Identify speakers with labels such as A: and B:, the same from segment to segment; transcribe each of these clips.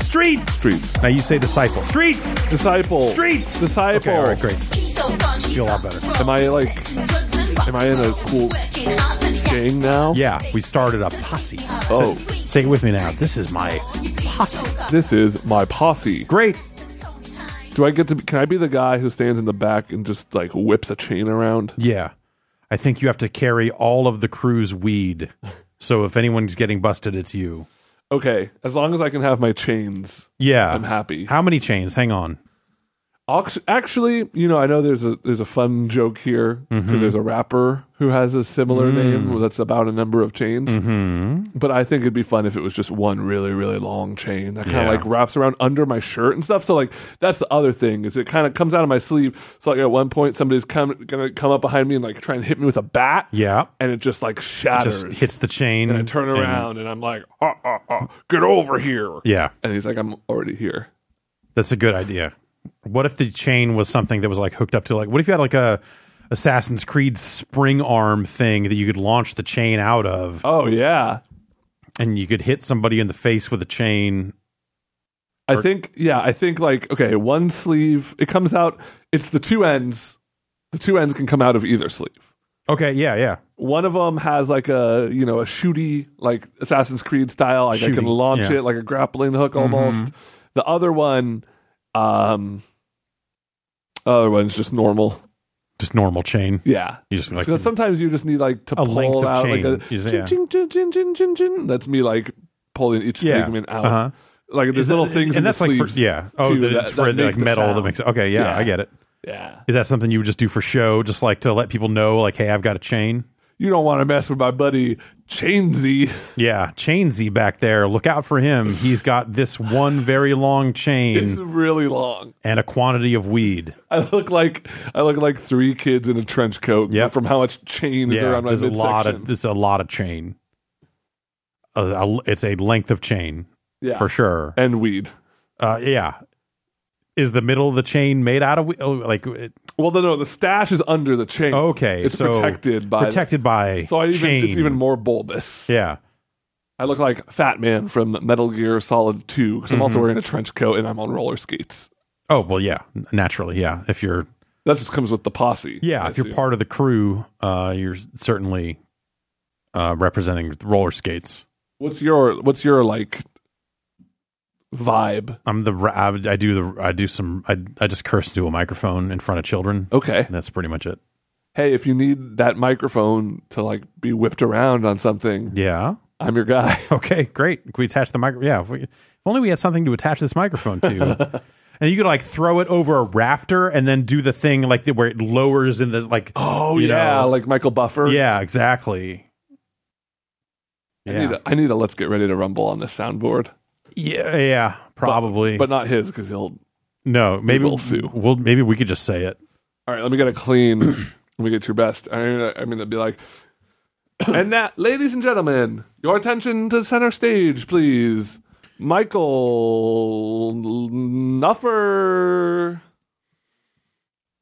A: Streets.
B: Streets.
A: Now you say disciple. Streets.
B: Disciple.
A: Streets.
B: Disciple.
A: Okay, all right, great.
C: Feel
A: a lot better.
C: Am I like? Am I in a cool
B: Gang now.
A: Yeah, we started a posse.
B: Oh.
A: Say, say it with me now. This is my posse.
B: This is my posse.
A: Great.
B: Do I get to? Be, can I be the guy who stands in the back and just like whips a chain around?
A: Yeah. I think you have to carry all of the crew's weed. So if anyone's getting busted, it's you.
B: Okay, as long as I can have my chains.
A: Yeah.
B: I'm happy.
A: How many chains? Hang on.
B: Ox- Actually, you know, I know there's a there's a fun joke here because
A: Mm-hmm.
B: there's a rapper who has a
A: Mm.
B: similar name that's about a number of chains.
A: Mm-hmm.
B: But I think it'd be fun if it was just one really really long chain that kind of
A: Yeah.
B: like wraps around under my shirt and stuff. So like that's the other thing is it kind of comes out of my sleeve. So like at one point somebody's come gonna come up behind me and like try and hit me with a bat.
A: Yeah.
B: and it just like shatters.
A: Just hits the chain.
B: and I turn around and I'm like, ah, ah, ah, get over here.
A: yeah.
B: and he's like, I'm already here.
A: That's a good idea. What if the chain was something that was like hooked up to like what if you had like a Assassin's Creed spring arm thing that you could launch the chain out of
B: Oh yeah,
A: and you could hit somebody in the face with a chain.
B: I think yeah, I think like okay, one sleeve it comes out. It's the two ends. The two ends can come out of either sleeve.
A: Okay, yeah, yeah.
B: One of them has like a you know a shooty like Assassin's Creed style. Like I can
A: Shooty,
B: launch
A: yeah. Mm-hmm.
B: it like a grappling hook almost. The other one, um, other one's just normal.
A: Just normal chain.
B: Yeah.
A: You just like
B: 'Cause sometimes you just need like to
A: A
B: pull
A: length of
B: out
A: chain.
B: like a
A: You just-
B: ching,
A: yeah.
B: ching, ching, ching, ching, ching, ching. That's me like pulling each
A: Yeah.
B: segment out.
A: Uh-huh.
B: Like there's
A: that-
B: little things,
A: and
B: in
A: that's
B: the
A: like for,
B: sleeves,
A: yeah. Oh,
B: too,
A: that,
B: that-
A: it's for
B: that
A: like
B: make the
A: metal that
B: sound.
A: makes okay. Yeah,
B: Yeah.
A: I get it.
B: yeah.
A: Is that something you would just do for show, just like to let people know, like, hey, I've got a chain?
B: you don't want to mess with my buddy Chainsy.
A: Yeah, Chainsy back there. Look out for him. He's got this one very long
B: It's
A: chain
B: really long.
A: and a quantity of weed.
B: I look like I look like three kids in a trench coat
A: Yep.
B: from how much chain is
A: yeah,
B: around my
A: there's a
B: midsection.
A: lot of there's a lot of chain. A- a- it's a length of chain
B: yeah.
A: for sure.
B: And weed.
A: Uh, yeah, is the middle of the chain made out of we- oh, like? It,
B: Well, no, no, the stash is under the chain.
A: okay,
B: it's
A: so
B: protected by
A: protected by
B: So I even,
A: chain.
B: it's even more bulbous.
A: yeah.
B: I look like Fat Man from Metal Gear Solid Two because I'm also
A: Mm-hmm.
B: wearing a trench coat and I'm on roller skates.
A: Oh well, yeah, n- naturally, yeah. If you're
B: That just comes with the posse.
A: yeah,
B: I
A: if you're
B: assume.
A: part of the crew, uh, you're s- certainly uh, representing roller skates.
B: what's your what's your like vibe?
A: I'm the ra- I, I do the I do some I I just curse into a microphone in front of children.
B: Okay.
A: And that's pretty much it.
B: hey, if you need that microphone to like be whipped around on something,
A: Yeah.
B: I'm your guy.
A: Okay, great. Can we attach the micro? Yeah. If, we, if only we had something to attach this microphone to. and you could like throw it over a rafter and then do the thing like the, where it lowers in the like.
B: Oh
A: you
B: yeah,
A: know.
B: like Michael Buffer.
A: yeah, exactly.
B: I need, a, I need a let's get ready to rumble on this soundboard,
A: yeah, yeah, probably.
B: but not his because he'll.
A: no, maybe
B: will sue.
A: we'll maybe we could just say it.
B: All right, let me get a clean. let me get your best. I mean, I mean, it'd be like. and now, ladies and gentlemen, your attention to center stage, please. Michael Nuffer.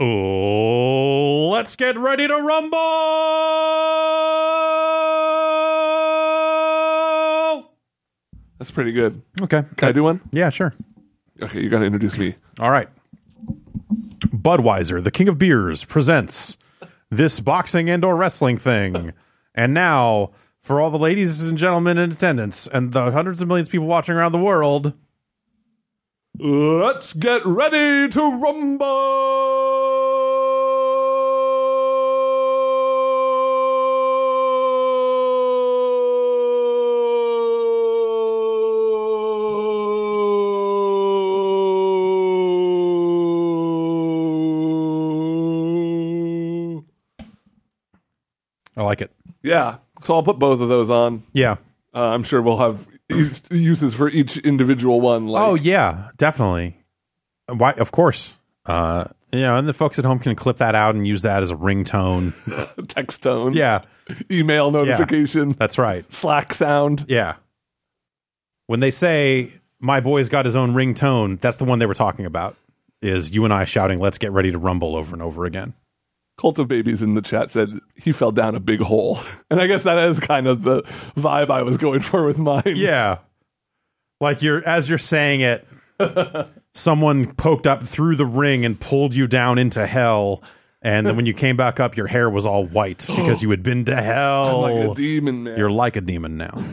A: Oh, let's get ready to rumble.
B: That's pretty good.
A: Okay.
B: Can I do one?
A: Yeah, sure.
B: Okay, you got to introduce me.
A: All right. Budweiser, the king of beers, presents this boxing and or wrestling thing. and now, for all the ladies and gentlemen in attendance and the hundreds of millions of people watching around the world,
B: Let's get ready to rumble.
A: I like it.
B: Yeah, so I'll put both of those on.
A: Yeah.
B: Uh, I'm sure we'll have each- uses for each individual one. Like,
A: Oh yeah, definitely. Why? Of course. Uh, you know, and the folks at home can clip that out and use that as a ringtone.
B: text tone.
A: yeah,
B: email notification,
A: that's right.
B: Slack sound.
A: Yeah. When they say my boy's got his own ringtone, that's the one they were talking about. Is you and I shouting "Let's get ready to rumble" over and over again?
B: Cult of Babies in the chat said he fell down a big hole. And I guess that is kind of the vibe I was going for with mine.
A: Yeah. Like you're as you're saying it, someone poked up through the ring and pulled you down into hell. And then when you came back up, your hair was all white because you had been to hell.
B: like a demon man.
A: Oh. You're like a demon now.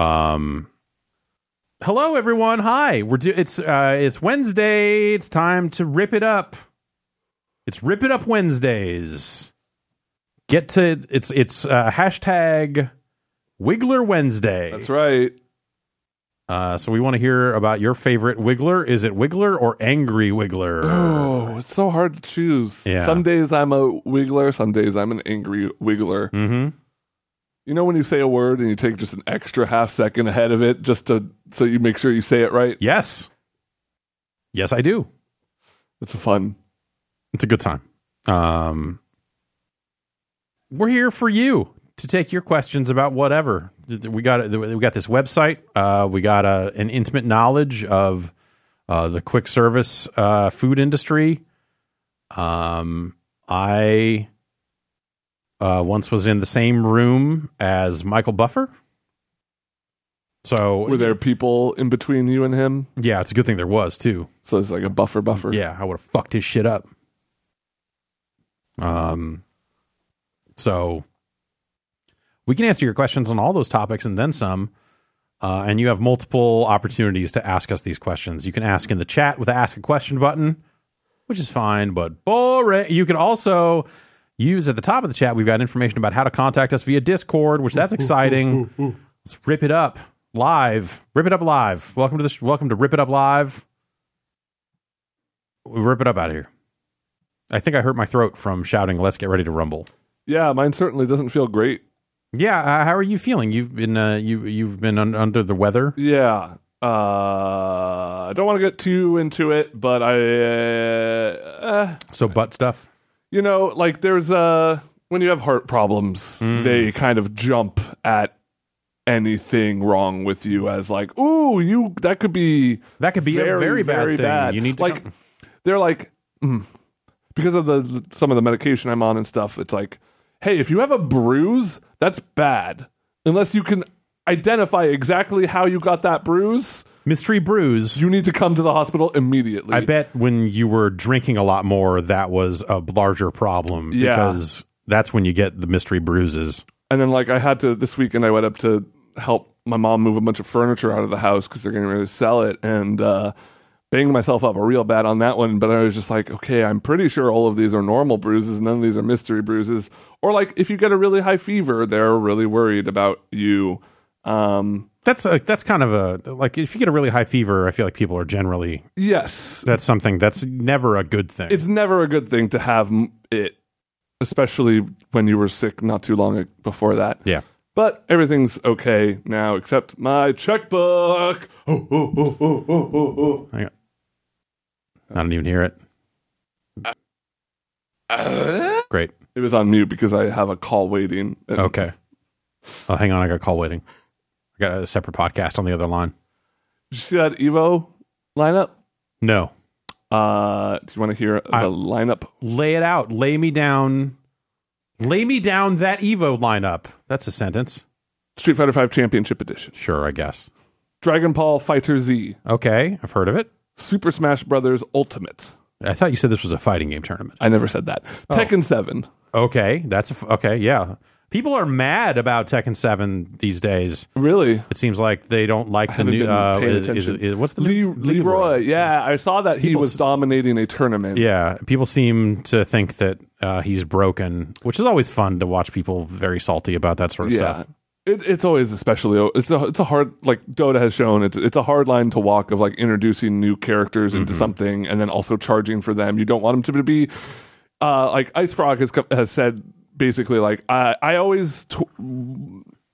A: Um, hello everyone. Hi, we're do- it's uh, it's Wednesday. It's time to rip it up. It's rip it up Wednesdays. Get to it's it's uh, hashtag Wiggler Wednesday.
B: That's right.
A: Uh, so we want to hear about your favorite Wiggler. Is it Wiggler or Angry Wiggler?
B: Oh, it's so hard to choose.
A: Yeah.
B: Some days I'm a wiggler, some days I'm an angry wiggler.
A: mm-hmm.
B: You know when you say a word and you take just an extra half second ahead of it just to so you make sure you say it right?
A: Yes. Yes, I do.
B: It's fun.
A: It's a good time. Um, we're here for you to take your questions about whatever. We got we got this website. Uh, we got uh an intimate knowledge of uh, the quick service uh, food industry. Um, I uh, once was in the same room as Michael Buffer. So
B: Were there people in between you and him?
A: yeah, it's a good thing there was too.
B: So it's like a buffer buffer.
A: Yeah, I would have fucked his shit up. Um, so we can answer your questions on all those topics and then some. Uh, and you have multiple opportunities to ask us these questions. You can ask in the chat with the ask a question button, which is fine, but boring. You can also use at the top of the chat, we've got information about how to contact us via Discord, which that's exciting. Let's rip it up live. Rip it up live. Welcome to this. Welcome to Rip It Up Live we rip it up out of here. I think I hurt my throat from shouting, "Let's get ready to rumble."
B: Yeah, mine certainly doesn't feel great.
A: Yeah, uh, how are you feeling? You've been uh, you you've been un- under the weather.
B: Yeah. Uh, I don't want to get too into it, but I, uh, uh,
A: So butt stuff.
B: you know, like there's uh when you have heart problems,
A: Mm.
B: they kind of jump at anything wrong with you as like, ooh, you that could be
A: That could be a very bad thing. You need to
B: like
A: come-
B: they're like mm, because of the some of the medication I'm on and stuff. It's like, hey, if you have a bruise, that's bad unless you can identify exactly how you got that bruise.
A: Mystery bruise.
B: You need to come to the hospital immediately.
A: I bet when you were drinking a lot more, that was a larger problem
B: Yeah.
A: because that's when you get the mystery bruises.
B: And then like I had to this weekend I went up to help my mom move a bunch of furniture out of the house because they're getting ready to sell it and uh banged myself up a real bad on that one but I was just like okay I'm pretty sure all of these are normal bruises none of these are mystery bruises or like if you get a really high fever they're really worried about you um
A: That's a, that's kind of a like if you get a really high fever, I feel like people are generally
B: yes
A: that's something that's never a good thing.
B: it's never a good thing to have m- it especially when you were sick not too long before that
A: yeah.
B: But everything's okay now except my checkbook. Oh, oh, oh, oh, oh, oh, oh.
A: Hang on. I don't even hear it. Great.
B: It was on mute because I have a call waiting. Uh, And
A: Okay. Oh, hang on. I got a call waiting. I got a separate podcast on the other line.
B: Did you see that Evo lineup?
A: No.
B: Uh, do you want to hear the
A: I-
B: lineup?
A: Lay it out. Lay me down. Lay me down that Evo lineup. That's a sentence.
B: Street Fighter V Championship Edition.
A: Sure, I guess.
B: Dragon Ball Fighter Z.
A: Okay. I've heard of it.
B: Super Smash Brothers Ultimate.
A: I thought you said this was a fighting game tournament.
B: I never said that.
A: Oh.
B: Tekken 7.
A: Okay. That's a f- okay. Yeah. People are mad about Tekken 7 these days.
B: Really?
A: It seems like they don't like the
B: haven't
A: new.
B: been
A: Uh,
B: paying
A: is- is-
B: attention.
A: is- what's the
B: Le- Leroy. Yeah, I saw that he was dominating a tournament.
A: Yeah, people seem to think that uh, he's broken, which is always fun to watch people very salty about that sort of stuff.
B: It, it's always especially it's a it's a hard like Dota has shown it's it's a hard line to walk of like introducing new characters into something and then also charging for them. You don't want them to be uh, like Ice Frog has co- has said basically like I I always t-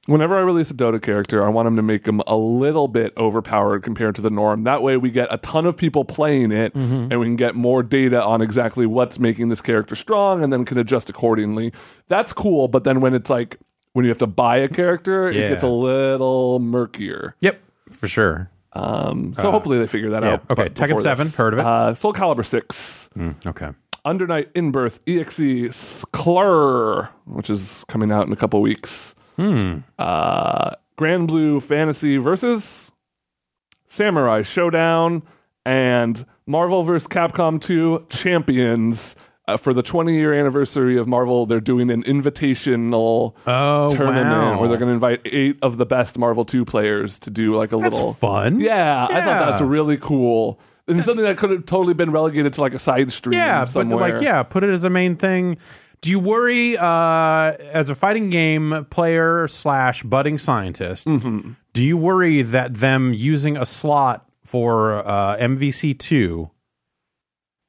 B: whenever I release a Dota character I want them to make them a little bit overpowered compared to the norm. That way we get a ton of people playing it
A: Mm-hmm.
B: and we can get more data on exactly what's making this character strong and then can adjust accordingly. That's cool, but then when it's like when you have to buy a character,
A: Yeah.
B: it gets a little murkier.
A: Yep, for sure.
B: Um, so hopefully they figure that
A: Uh, yeah.
B: out.
A: Okay,
B: but
A: Tekken
B: before
A: 7,
B: this.
A: heard of it.
B: Uh, Soul Calibur Six,
A: Mm, okay,
B: Under Night in Birth, EXE,
A: Hmm.
B: Sklar, which is coming out in a couple weeks. Uh, Grand Blue Fantasy versus Samurai Showdown and Marvel vs. Capcom 2 Champions. Uh, for the 20 year anniversary of Marvel, they're doing an invitational
A: Oh,
B: tournament
A: wow.
B: where they're going to invite eight of the best Marvel 2 players to do like a
A: That's
B: little
A: fun.
B: yeah, I
A: Yeah.
B: thought that's really cool. And something that could have totally been relegated to like a side stream
A: yeah,
B: somewhere.
A: but like yeah, put it as a main thing. Do you worry uh, as a fighting game player slash budding scientist? Do you worry that them using a slot for uh, MVC two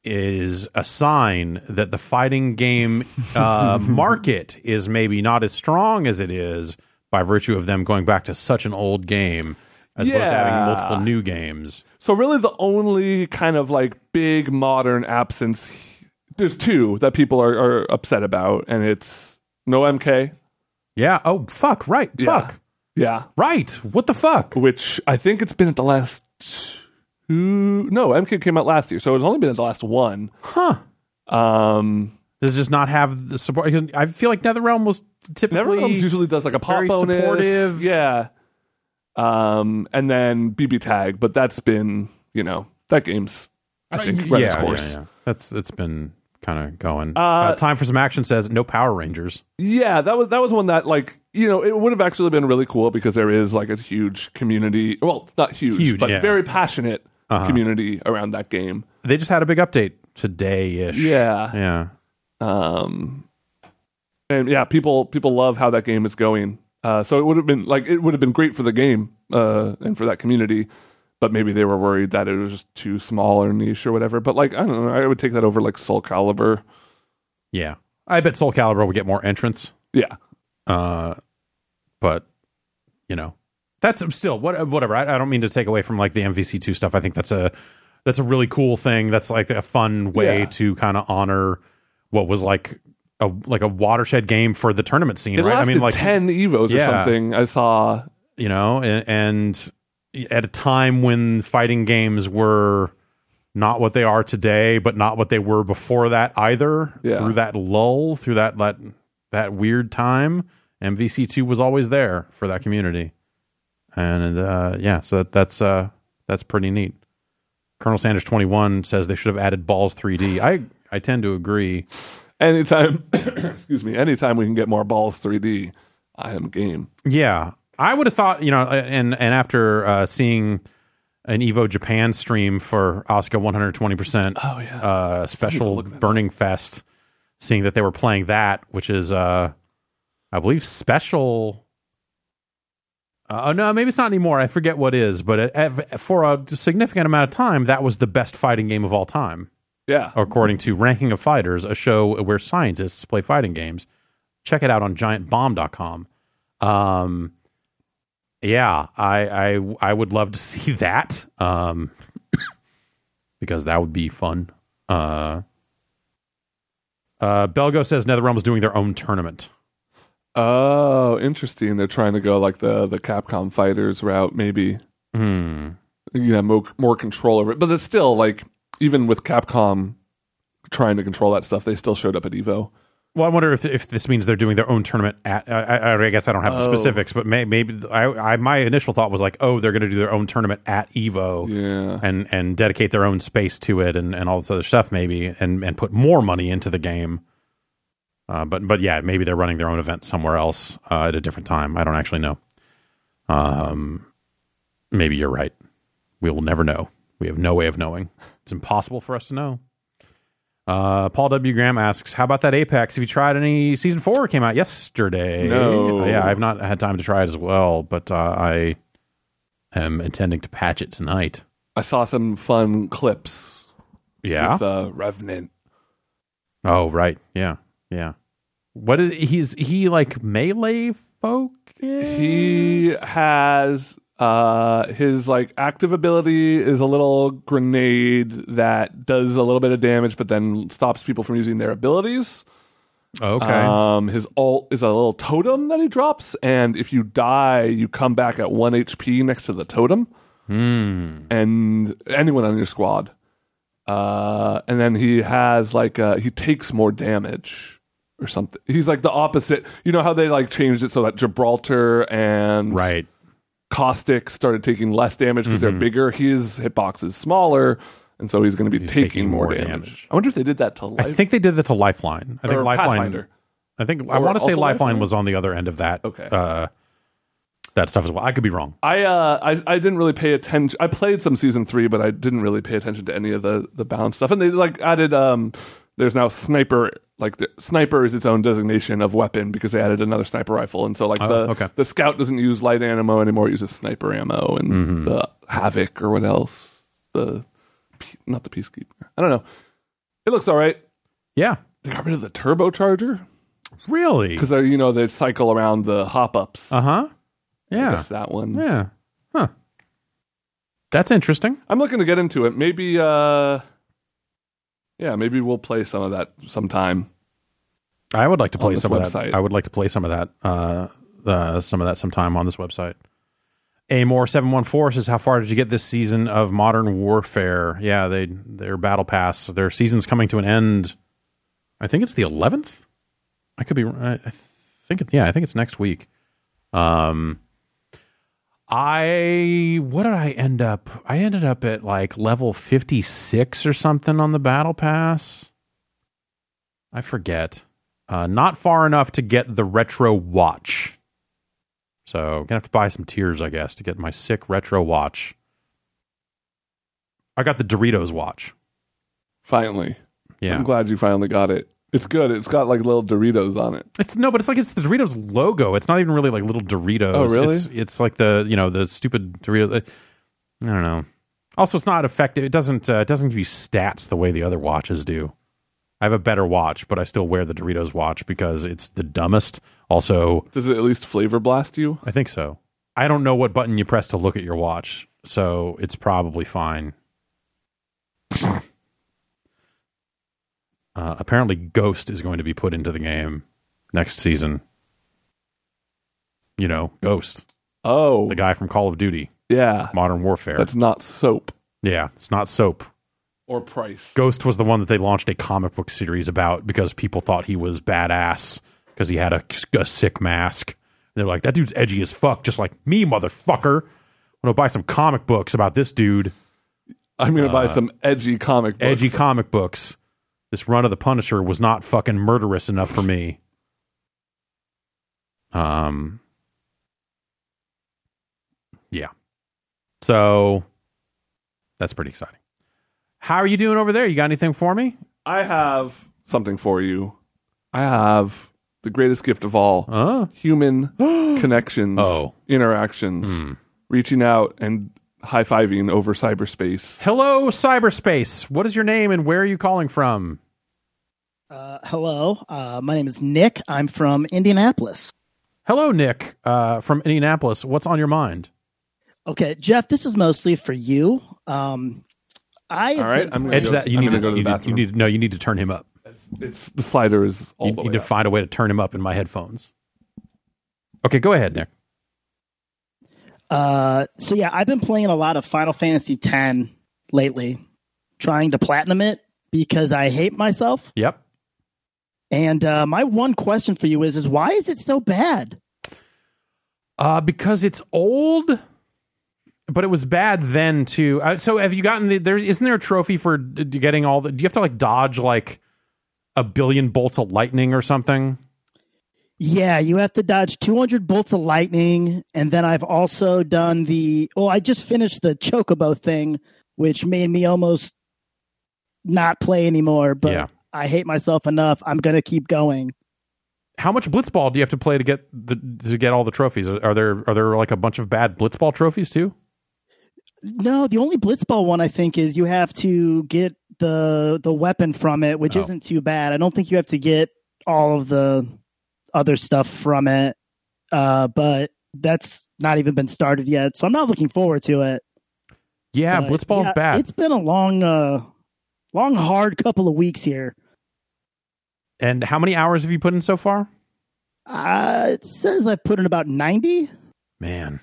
A: is a sign that the fighting game uh, market is maybe not as strong as it is by virtue of them going back to such an old game as opposed to having
B: Yeah.
A: multiple new games?
B: So really the only kind of like big modern absence there's two that people are, are upset about and it's no MK.
A: Yeah. Oh fuck. Right.
B: Yeah.
A: Fuck.
B: Yeah.
A: Right. What the fuck?
B: Which I think it's been at the last two no, MK came out last year, so it's only been at the last one.
A: Huh.
B: Um
A: does just not have the support. 'cause I feel like NetherRealm was typically
B: Netherrealms usually does like a pop
A: very
B: bonus.
A: supportive.
B: Yeah. Um, and then BB tag, but that's been, you know, that game's I think run its
A: Uh, yeah,
B: course.
A: yeah,
B: Yeah,
A: yeah. That's it's been kind of going. Uh,
B: Uh,
A: time for some action says no Power Rangers.
B: that was that was one that like, you know, it would have actually been really cool because there is like a huge community, well, not huge,
A: Huge,
B: but
A: yeah. Uh-huh.
B: very passionate community around that game.
A: They just had a big update today ish.
B: Yeah.
A: yeah.
B: um and yeah people people love how that game is going uh so it would have been like it would have been great for the game uh and for that community but maybe they were worried that it was just too small or niche or whatever but like i don't know i would take that over like soul caliber
A: Yeah. I bet Soul Calibur will get more entrants.
B: yeah
A: Uh, but you know, that's still what whatever. I, I don't mean to take away from like the MVC two stuff. I think that's a that's a really cool thing. That's like a fun way
B: Yeah.
A: to kind of honor what was like a like a watershed game for the tournament scene,
B: it
A: right? I
B: lasted
A: mean, like
B: 10 evos
A: Yeah.
B: or something i saw
A: you know, and, and at a time when fighting games were not what they are today, but not what they were before that either.
B: Yeah.
A: Through that lull, through that that that weird time, MVC two was always there for that community, and uh, yeah, so that, that's uh, that's pretty neat. Colonel Sanders twenty one says they should have added balls three D. I I tend to agree.
B: anytime excuse me anytime we can get more balls 3d i am game
A: Yeah, I would have thought you know, and and after uh, seeing an Evo Japan stream for Oscar 120 percent
B: oh yeah
A: uh, special Burning Fest, seeing that they were playing that, which is uh, I believe special. Uh, oh no, maybe it's not anymore. I forget what is, but it, ev- for a significant amount of time, that was the best fighting game of all time,
B: yeah
A: according to Ranking of Fighters, a show where scientists play fighting games. Check it out on GiantBomb.com. Um, yeah, I, I I would love to see that. Um, because that would be fun. Uh, uh, Belgo says NetherRealm is doing their own tournament.
B: oh interesting they're trying to go like the the capcom fighters route maybe
A: Hmm.
B: you know more, more control over it but it's still like even with capcom trying to control that stuff they still showed up at evo
A: Well, I wonder if if this means they're doing their own tournament at. I, I, I guess I don't have the
B: Oh.
A: specifics, but may, maybe I, I my initial thought was like, oh, they're going to do their own tournament at Evo
B: yeah
A: and and dedicate their own space to it and, and all this other stuff maybe and and put more money into the game. Uh, but but yeah, maybe they're running their own event somewhere else uh, at a different time. I don't actually know. Um, maybe you're right. We will never know. We have no way of knowing. It's impossible for us to know. Uh, Paul W. Graham asks, "How about that Apex? Have you tried any? Season four came out yesterday.
B: No.
A: yeah, I've not had time to try it as well, but uh, I am intending to patch it tonight.
B: i saw some fun clips
A: Yeah.
B: with uh, revenant
A: oh, right. Yeah. Yeah. What is he's he like melee folk?
B: he has uh his like active ability is a little grenade that does a little bit of damage but then stops people from using their abilities
A: okay.
B: Um, his alt is a little totem that he drops, and if you die, you come back at one HP next to the totem,
A: Hmm.
B: and anyone on your squad. Uh, and then he has like uh, he takes more damage or something. He's like the opposite. You know how they like changed it so that Gibraltar and
A: right. Mm-hmm.
B: Caustic started taking less damage because they're bigger. His hitbox is smaller, and so he's going to be taking,
A: taking
B: more
A: more
B: damage.
A: damage.
B: I wonder if they did that to life.
A: I think they did that to Lifeline. I think
B: Or
A: Lifeline.
B: Pathfinder.
A: I think I
B: Or
A: want to say
B: also
A: Lifeline,
B: Lifeline?
A: was on the other end of that.
B: Okay.
A: Uh, that stuff as well. I could be wrong.
B: I, uh, I I didn't really pay attention. I played some season three, but I didn't really pay attention to any of the the balance stuff. And they like added um. There's now sniper like the, sniper is its own designation of weapon because they added another sniper rifle, and so like the
A: Oh, okay.
B: the scout doesn't use light ammo anymore; it uses sniper ammo and
A: Mm-hmm.
B: the havoc or what else the pe- not the peacekeeper. I don't know. It looks all right.
A: Yeah.
B: They got rid of the turbocharger
A: Really?
B: because you know they cycle around the hop ups.
A: Uh huh.
B: I
A: Yeah.
B: guess that one.
A: Yeah. Huh. That's interesting.
B: I'm looking to get into it. Maybe uh yeah, maybe we'll play some of that sometime.
A: I would like to play
B: this
A: some of
B: website.
A: that. I would like to play some of that. Uh, uh, some of that sometime on this website. Amor seven one four says, "How far did you get this season of Modern Warfare?" Yeah, they their battle pass, their season's coming to an end. I think it's the eleventh. I could be. I, I think. it- Yeah, I think it's next week. Um, I what did I end up? I ended up at like level fifty six or something on the battle pass. I forget. Uh, not far enough to get the retro watch. So gonna have to buy some tears, I guess, to get my sick retro watch. I got the Doritos watch.
B: Finally.
A: Yeah,
B: I'm glad you finally got it. It's good. It's got like little Doritos on it.
A: it's no, but it's like it's the Doritos logo. It's not even really like little Doritos.
B: Oh, really?
A: It's, it's like the you know the stupid Doritos. I don't know. Also, it's not effective. It doesn't. Uh, it doesn't give you stats the way the other watches do. I have a better watch, but I still wear the Doritos watch because it's the dumbest. Also,
B: Does it at least flavor blast you?
A: I think so. I don't know what button you press to look at your watch, so it's probably fine. uh, apparently, Ghost is going to be put into the game next season. You know, Ghost,
B: Oh.
A: the guy from Call of Duty,
B: Yeah.
A: Modern Warfare.
B: That's not soap
A: yeah, it's not soap.
B: or price.
A: Ghost was the one that they launched a comic book series about because people thought he was badass because he had a, a sick mask. And they're like, that dude's edgy as fuck, just like me, motherfucker. I'm gonna buy some comic books about this dude.
B: I'm going to buy some edgy comic books.
A: Uh, Edgy comic books. This run of the Punisher was not fucking murderous enough for me. Um. Yeah. So that's pretty exciting. How are you doing over there? You got anything for me?
B: I have something for you. I have the greatest gift of all.
A: Huh?
B: human connections,
A: Oh. Hmm.
B: interactions, reaching out and high fiving over cyberspace.
A: Hello, cyberspace. What is your name and where are you calling from?
D: Uh, hello, uh, my name is Nick. I'm from Indianapolis.
A: Hello, Nick uh, from Indianapolis. What's on your mind?
D: Okay, Jeff, this is mostly for you. Um, I
B: All right, I'm gonna
A: Edge
B: go,
A: that. You
B: I'm
A: need
B: gonna go to the
A: you need-
B: bathroom.
A: you need- no, you need to turn him up.
B: it's the slider is all
A: You
B: the
A: need
B: way
A: to
B: up.
A: find a way to turn him up in my headphones. Okay, go ahead, Nick.
D: Uh, so yeah, I've been playing a lot of Final Fantasy X lately, trying to platinum it because I hate myself.
A: Yep.
D: And uh, my one question for you is: is why is it so bad?
A: Uh, because it's old, but it was bad then too. Uh, so have you gotten the there? Isn't there a trophy for d- d- getting all the? Do you have to like dodge like a billion bolts of lightning or something?
D: Yeah, you have to dodge 200 bolts of lightning, and then I've also done the. Well, I just finished the chocobo thing, which made me almost not play anymore. But
A: Yeah.
D: I hate myself enough. I'm gonna keep going.
A: how much blitzball do you have to play to get the to get all the trophies? Are there are there like a bunch of bad blitzball trophies too?
D: No, the only blitzball one I think is you have to get the the weapon from it, which
A: Oh.
D: isn't too bad. I don't think you have to get all of the other stuff from it, uh, but that's not even been started yet. So I'm not looking forward to it.
A: Yeah,
D: But,
A: blitzball's
D: Uh, yeah,
A: bad.
D: It's been a long, uh, long, hard couple of weeks here.
A: And how many hours have you put in so far?
D: Uh, it says I put in about ninety.
A: Man,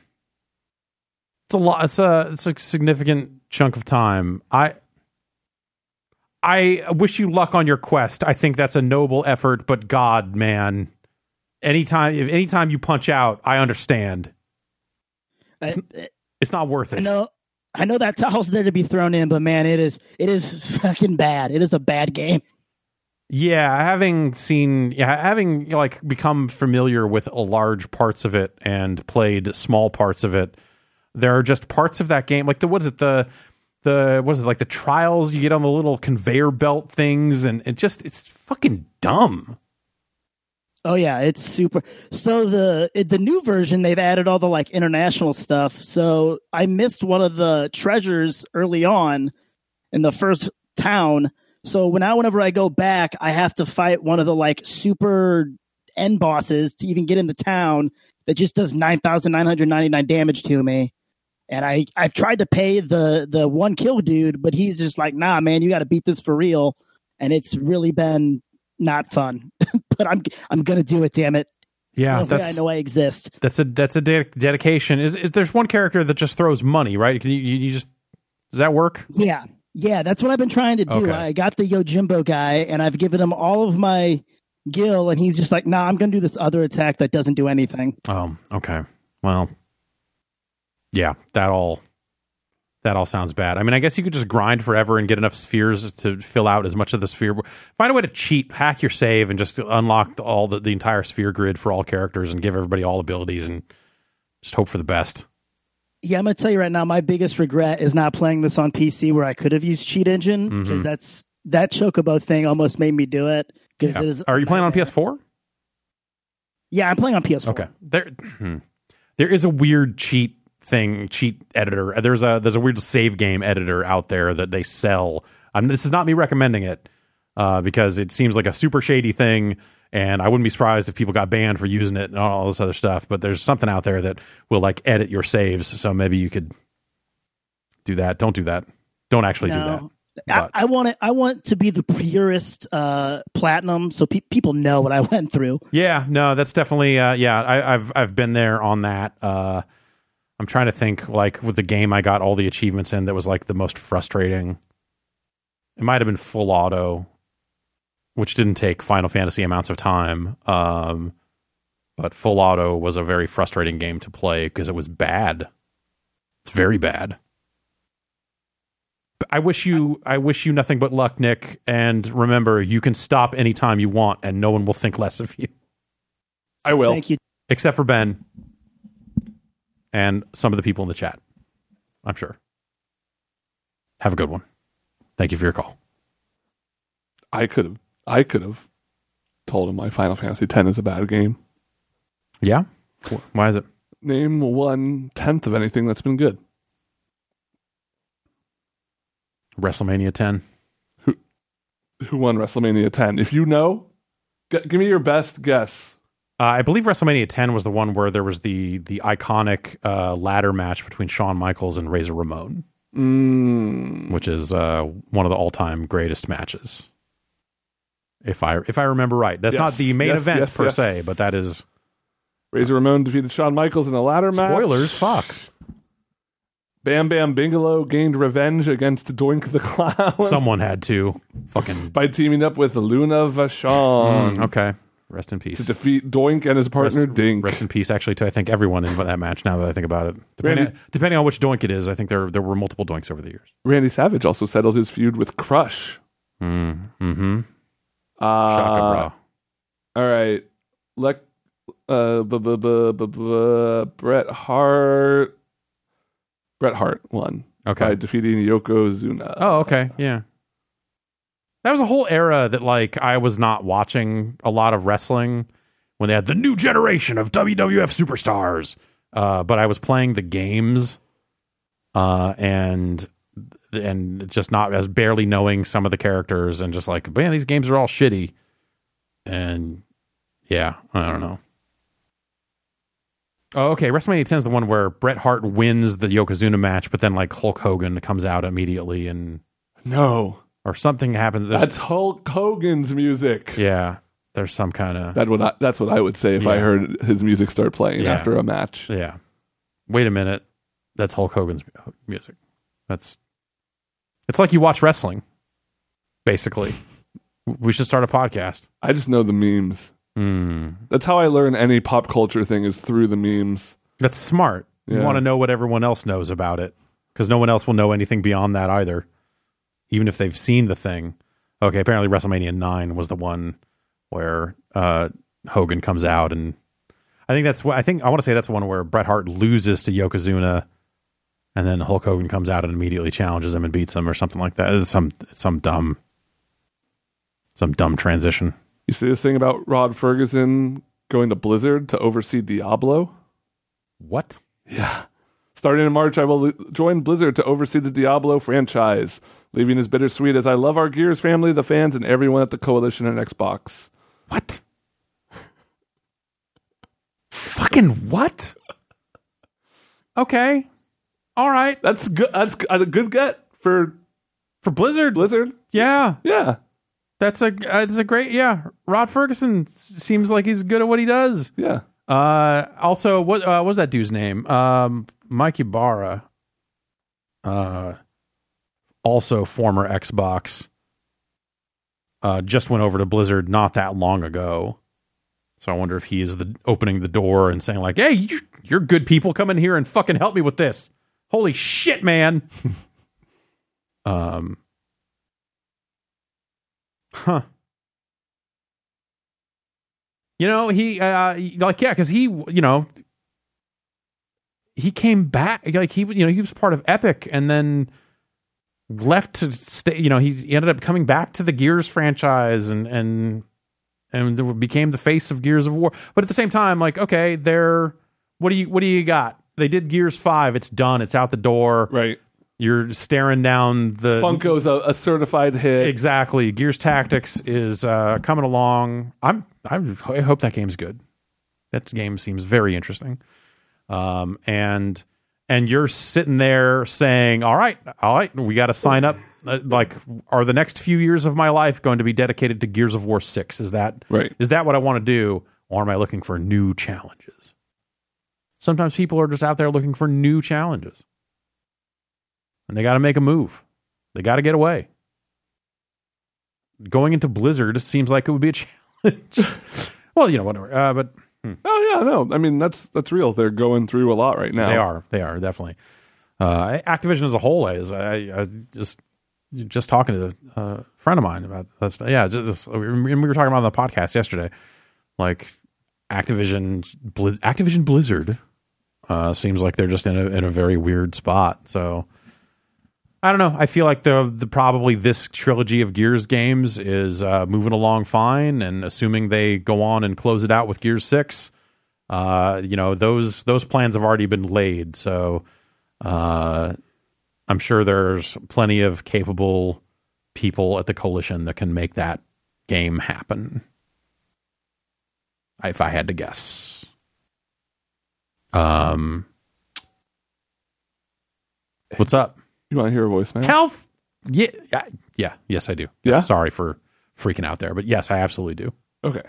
A: it's a lot. It's a it's a significant chunk of time. I I wish you luck on your quest. I think that's a noble effort, but God, man, anytime if anytime you punch out, I understand.
D: I,
A: It's not worth
D: I
A: it.
D: know. I know that towel's there to be thrown in, but man, it is it is fucking bad. It is a bad game.
A: Yeah, having seen, yeah, having like become familiar with a large parts of it and played small parts of it, there are just parts of that game, like the what is it the the what is it like the trials you get on the little conveyor belt things, and it just it's fucking dumb.
D: Oh yeah, it's super. So the it- the new version they've added all the like international stuff. So I missed one of the treasures early on in the first town. So when I whenever I go back, I have to fight one of the like super end bosses to even get in the town that just does 9999 damage to me. And I I've tried to pay the the one kill dude, but he's just like, "Nah, man, you got to beat this for real." And it's really been not fun. but I'm I'm gonna do it. Damn it!
A: Yeah,
D: Only way Oh, I
A: that's
D: know I exist.
A: that's a that's a de- dedication. Is, is there's one character that just throws money, right? Can you, you you just does that work?
D: Yeah, yeah. That's what I've been trying to do.
A: Okay.
D: I got the Yojimbo guy, and I've given him all of my gill, and he's just like, "Nah, I'm gonna do this other attack that doesn't do anything."
A: Um. Okay. Well. Yeah. That all. That all sounds bad. I mean, I guess you could just grind forever and get enough spheres to fill out as much of the sphere. Find a way to cheat, hack your save, and just unlock all the, the entire sphere grid for all characters and give everybody all abilities and just hope for the best.
D: Yeah, I'm gonna tell you right now, my biggest regret is not playing this on PC where I could have used Cheat Engine because
A: Mhm.
D: that's that chocobo thing almost made me do it. Because
A: Yeah. Are you playing on PS4?
D: Yeah, I'm playing on PS4.
A: Okay. There, hmm. there is a weird cheat thing, cheat editor. Uh, There's a there's a weird save game editor out there that they sell. Um, this is not me recommending it uh, because it seems like a super shady thing, and I wouldn't be surprised if people got banned for using it and all this other stuff. But there's something out there that will like edit your saves, so maybe you could do that. Don't do that. Don't actually do that.
D: No.
A: But-
D: I, I want it. I want to be the purest uh, platinum, so pe- people know what I went through.
A: Yeah, no, that's definitely uh, yeah. I, I've I've been there on that. Uh, I'm trying to think like with the game I got all the achievements in that was like the most frustrating. It might have been full auto, which didn't take Final Fantasy amounts of time. Um, but full auto was a very frustrating game to play because it was bad. It's very bad. But I wish you I wish you nothing but luck, Nick. And remember, you can stop anytime you want, and no one will think less of you
B: I will.
D: Thank you.
A: except for Ben and some of the people in the chat. I'm sure. Have a good one. Thank you for your call.
B: I could have. I could have told him my Final Fantasy X is a bad game.
A: Yeah. Why is it?
B: Name one tenth of anything that's been good.
A: WrestleMania 10.
B: Who won WrestleMania 10? If you know, g- give me your best guess.
A: Uh, I believe WrestleMania 10 was the one where there was the the iconic uh, ladder match between Shawn Michaels and Razor Ramon,
B: Mm,
A: which is uh, one of the all time greatest matches. If I if I remember right, that's
B: Yes,
A: not the main
B: yes,
A: event
B: yes,
A: per
B: yes.
A: se, but that is
B: Razor Ramon defeated Shawn Michaels in a ladder match.
A: spoilers. Fuck.
B: Bam Bam Bigelow gained revenge against Doink the Clown
A: Someone had to fucking.
B: by teaming up with Luna Vachon
A: Mm, okay. Rest in peace.
B: to defeat Doink and his partner
A: Rest-
B: Dink.
A: Rest in peace, actually, to I think everyone in that match. Now that I think about it, depending,
B: Randy-
A: depending on which doink it is, I think there there were multiple doinks over the years.
B: Randy Savage also settled his feud with Crush.
A: Mm, hmm
B: Uh,
A: Shaka bra.
B: All right. Lec- uh, bu- bu- bu- bu- bu- Bret Hart. Bret Hart won by
A: Okay.
B: defeating Yokozuna.
A: Oh, okay. Yeah. That was a whole era that like I was not watching a lot of wrestling when they had the new generation of WWF superstars. Uh, but I was playing the games, uh, and and just not as barely knowing some of the characters and just like man, these games are all shitty. And yeah, I don't know. Oh, okay. WrestleMania 10 is the one where Bret Hart wins the Yokozuna match, but then like Hulk Hogan comes out immediately and
B: No.
A: or something happens. There's-
B: That's Hulk Hogan's music.
A: yeah, there's some kind of
B: That would I, that's what I would say if I
A: Yeah.
B: heard his music start playing
A: Yeah.
B: after a match.
A: yeah. Wait a minute, that's Hulk Hogan's mu- music. That's it's like you watch wrestling, basically. we should start a podcast.
B: I just know the memes.
A: Mm.
B: That's how I learn any pop culture thing is through the memes.
A: That's smart. You
B: Yeah.
A: want to know what everyone else knows about it because no one else will know anything beyond that either, even if they've seen the thing. Okay, apparently WrestleMania 9 was the one where uh, Hogan comes out and I think that's what I think I want to say that's the one where Bret Hart loses to Yokozuna and then Hulk Hogan comes out and immediately challenges him and beats him or something like that. It's some some dumb some dumb transition.
B: You see this thing about Rod Ferguson going to Blizzard to oversee Diablo?
A: What?
B: Yeah. Starting in March, I will join Blizzard to oversee the Diablo franchise, leaving as bittersweet as I love our Gears family, the fans, and everyone at the Coalition and Xbox.
A: What? Fucking what? Okay. All right.
B: That's good. That's g- a good get for
A: For Blizzard.
B: Blizzard.
A: Yeah.
B: Yeah,
A: That's a that's a great yeah. Rod Ferguson s- seems like he's good at what he does.
B: yeah.
A: Uh also what uh what was that dude's name? Um Mikey Barra. Uh also former Xbox. Uh just went over to Blizzard not that long ago. So I wonder if he is the opening the door and saying like, "Hey, you, you're good people, come in here and fucking help me with this." Holy shit, man. um Huh. You know, he uh like yeah, cuz he, you know, he came back like he you know, he was part of Epic and then left to stay, you know, he he ended up coming back to the Gears franchise and and and became the face of Gears of War. But at the same time, like okay, they're what do you what do you got? They did Gears 5, it's done, it's out the door.
B: Right.
A: You're staring down the
B: Funko's a, a certified hit.
A: Exactly. Gears Tactics is uh, coming along. I'm, I'm I hope that game's good. That game seems very interesting. Um, and and you're sitting there saying, "All right, all right, we got to sign up." Uh, like, are the next few years of my life going to be dedicated to Gears of War Six? Is that
B: Right.
A: Is that what I want to do, or am I looking for new challenges? Sometimes people are just out there looking for new challenges, and they got to make a move. They got to get away. Going into Blizzard seems like it would be a challenge. well, you know, whatever. Uh, but
B: Oh yeah, no. I mean, that's that's real. They're going through a lot right now.
A: They are. They are definitely. Uh, Activision as a whole is. I, I just just talking to a friend of mine about that stuff. Yeah, just, just- and we were talking about it on the podcast yesterday. Like Activision, Blizz, Activision Blizzard uh, seems like they're just in a in a very weird spot. So I don't know. I feel like the the probably this trilogy of Gears games is uh, moving along fine, and assuming they go on and close it out with Gears Six, uh, you know those those plans have already been laid. So uh, I'm sure there's plenty of capable people at the coalition that can make that game happen. If I had to guess, um, what's up?
B: You want to hear a voicemail?
A: Health? Yeah, yeah, yeah. Yes, I do.
B: Yeah?
A: Sorry for freaking out there, but yes, I absolutely do.
B: okay.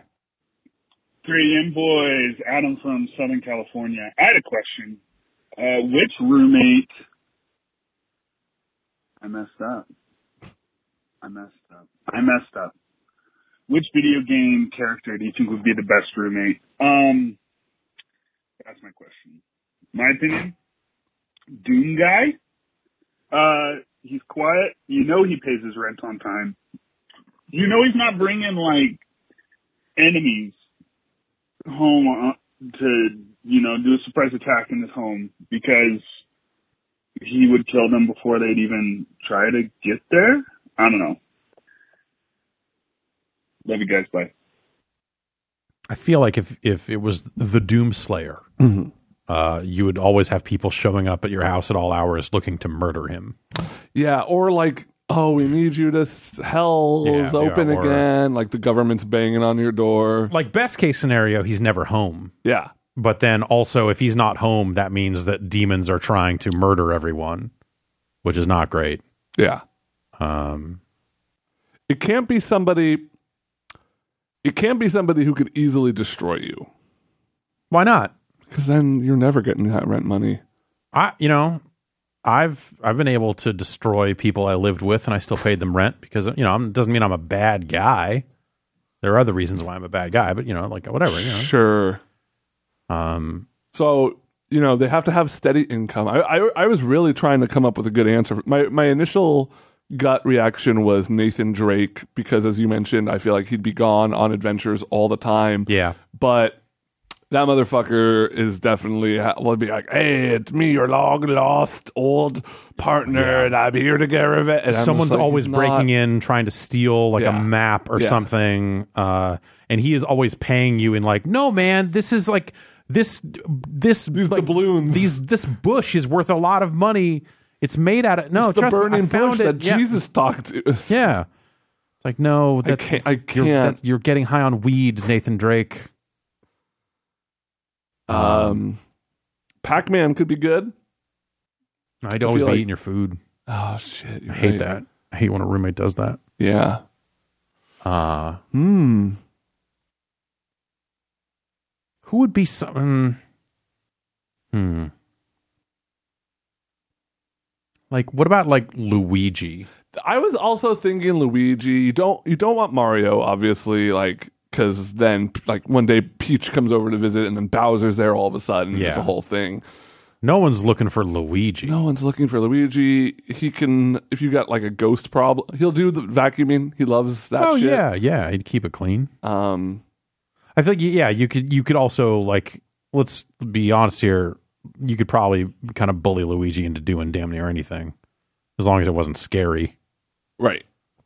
E: Three M boys, Adam from Southern California. I had a question. Uh, which roommate? I messed up. I messed up. I messed up. Which video game character do you think would be the best roommate? Um, that's my question. My opinion, Doom guy. Uh, he's quiet. You know he pays his rent on time. You know he's not bringing like enemies home uh, to you know do a surprise attack in his home because he would kill them before they'd even try to get there. I don't know. Love you guys. Bye.
A: I feel like if if it was the Doom Slayer, uh, you would always have people showing up at your house at all hours looking to murder him.
B: Yeah, or like, oh, we need you to s- hell's
A: Yeah, yeah,
B: open
A: or-
B: again. Like the government's banging on your door.
A: Like best case scenario, he's never home.
B: Yeah,
A: But then also, if he's not home, that means that demons are trying to murder everyone, which is not great.
B: yeah.
A: Um,
B: It can't be somebody. It can't be somebody who could easily destroy you,
A: why not?
B: because then you're never getting that rent money.
A: I you know, I've I've been able to destroy people I lived with, and I still paid them rent because you know I'm, doesn't mean I'm a bad guy. There are other reasons why I'm a bad guy, but you know, like whatever. You know,
B: Sure.
A: um,
B: So you know they have to have steady income. I, I I was really trying to come up with a good answer. My my initial gut reaction was Nathan Drake because as you mentioned, I feel like he'd be gone on adventures all the time.
A: Yeah.
B: But that motherfucker is definitely ha- will be like, hey, it's me, your long lost old partner, and I'm here to get revenge. And I'm
A: Someone's
B: just like,
A: always
B: he's
A: breaking
B: not-
A: in, trying to steal like
B: Yeah.
A: a map or
B: Yeah.
A: something, uh, and he is always paying you in like, no, man, this is like this this
B: These
A: like,
B: doubloons.
A: these this bush is worth a lot of money. It's made out of no,
B: It's the
A: trust me, I
B: burning
A: found
B: bush
A: it.
B: that
A: yeah.
B: Jesus talked to.
A: Yeah. It's like, no, that's,
B: can't- I
A: You're,
B: can't.
A: that's- you're getting high on weed, Nathan Drake.
B: Um, Pac Man could be good.
A: I'd always be
B: feel like-
A: eating your food.
B: Oh shit!
A: I hate that. I hate when a roommate does that.
B: Yeah.
A: Uh,
B: Hmm.
A: who would be some? um, Hmm. Like, what about like Luigi?
B: I was also thinking Luigi. You don't you don't want Mario, obviously, like because then like one day Peach comes over to visit, and then Bowser's there all of a sudden. and It's
A: Yeah.
B: a whole thing.
A: No one's looking for Luigi.
B: No one's looking for Luigi. He can if you got like a ghost problem, he'll do the vacuuming. He loves that.
A: oh
B: shit.
A: yeah, yeah. He'd keep it clean.
B: Um.
A: I feel like yeah, you could you could also like let's be honest here, you could probably kind of bully Luigi into doing damn near anything. As long as it wasn't scary.
B: Right.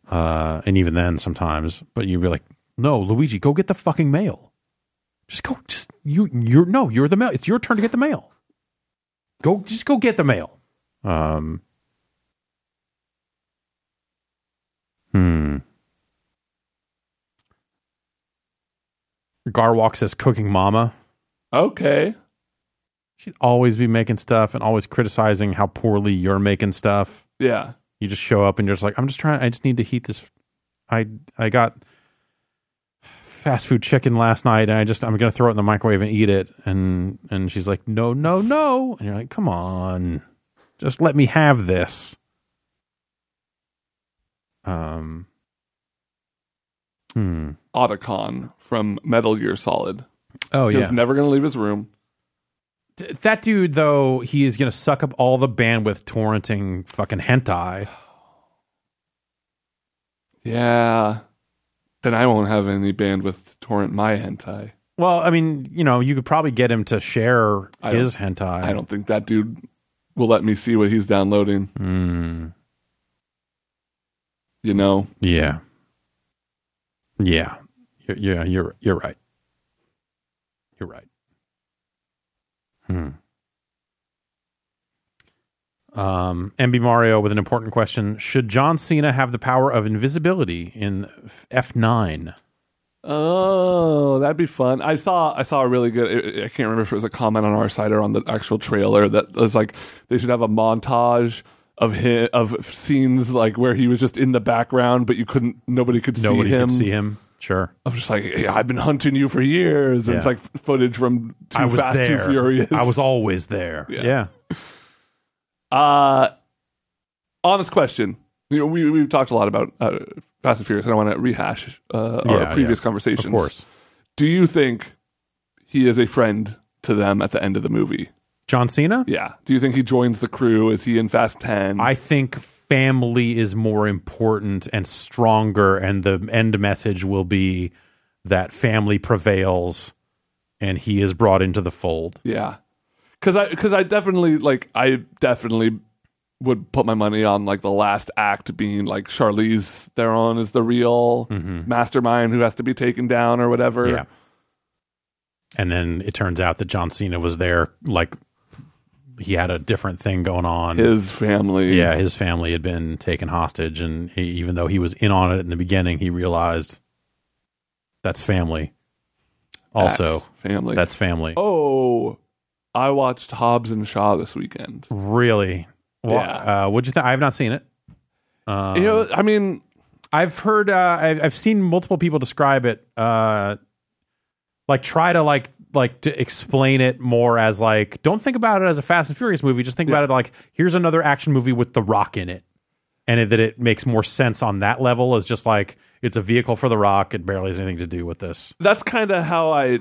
A: Uh and even then sometimes, but you'd be like, "No, Luigi, go get the fucking mail." Just go just you you're no, you're the mail. It's your turn to get the mail. Go just go get the mail. Um Hmm. Garwalk says cooking mama.
B: Okay.
A: She'd always be making stuff and always criticizing how poorly you're making stuff.
B: Yeah.
A: You just show up and you're just like, I'm just trying. I just need to heat this. I I got fast food chicken last night, and I just I'm gonna throw it in the microwave and eat it. And and she's like, No, no, no. And you're like, Come on, just let me have this. Um. Hmm.
B: Otacon from Metal Gear Solid.
A: Oh
B: He's never going to leave his room.
A: D- that dude though he is gonna suck up all the bandwidth torrenting fucking hentai
B: Yeah. Then I won't have any bandwidth to torrent my hentai.
A: well i mean you know you could probably get him to share
B: I
A: his hentai
B: I don't think that dude will let me see what he's downloading,
A: Mm,
B: you know?
A: yeah yeah Y- yeah you're you're right you're right hmm um mb mario with an important question should john cena have the power of invisibility in F- f9
B: Oh, that'd be fun. I saw I saw a really good I I can't remember if it was a comment on our site or on the actual trailer that was like they should have a montage of him, of scenes like where he was just in the background but you couldn't nobody could
A: nobody
B: see him.
A: could see him sure
B: I'm just like "Yeah, I've been hunting you for years. And it's
A: Yeah.
B: like footage from Too
A: I was
B: Fast
A: there.
B: Too Furious.
A: I was always there.
B: Yeah.
A: Yeah.
B: Uh, honest question. You know, we we've talked a lot about uh, Fast and Furious. I don't want to rehash uh, our
A: Yeah,
B: previous
A: yeah.
B: conversations.
A: Of course.
B: Do you think he is a friend to them at the end of the movie?
A: John Cena?
B: Yeah. Do you think he joins the crew? Is he in Fast Ten?
A: I think family is more important and stronger and the end message will be that family prevails and he is brought into the fold.
B: yeah. Because I because I definitely like I definitely would put my money on like the last act being like Charlize Theron is the real mastermind who has to be taken down or whatever.
A: Mm-hmm. Yeah. And then it turns out that John Cena was there like he had a different thing going on.
B: His family.
A: yeah, his family had been taken hostage and he, even though he was in on it in the beginning, he realized that's family. Also,
B: That's family.
A: That's family.
B: Oh, I watched Hobbs and Shaw this weekend.
A: Really? Well,
B: Yeah.
A: uh, what'd you think? I've not seen it. Um,
B: you know, I mean,
A: I've heard. Uh, I've, I've seen multiple people describe it. Uh, like try to like like to explain it more as like don't think about it as a Fast and Furious movie. Just think about it like here's another action movie with The Rock in it, and it, that it makes more sense on that level as just like it's a vehicle for The Rock. It barely has anything to do with this.
B: that's kind of how I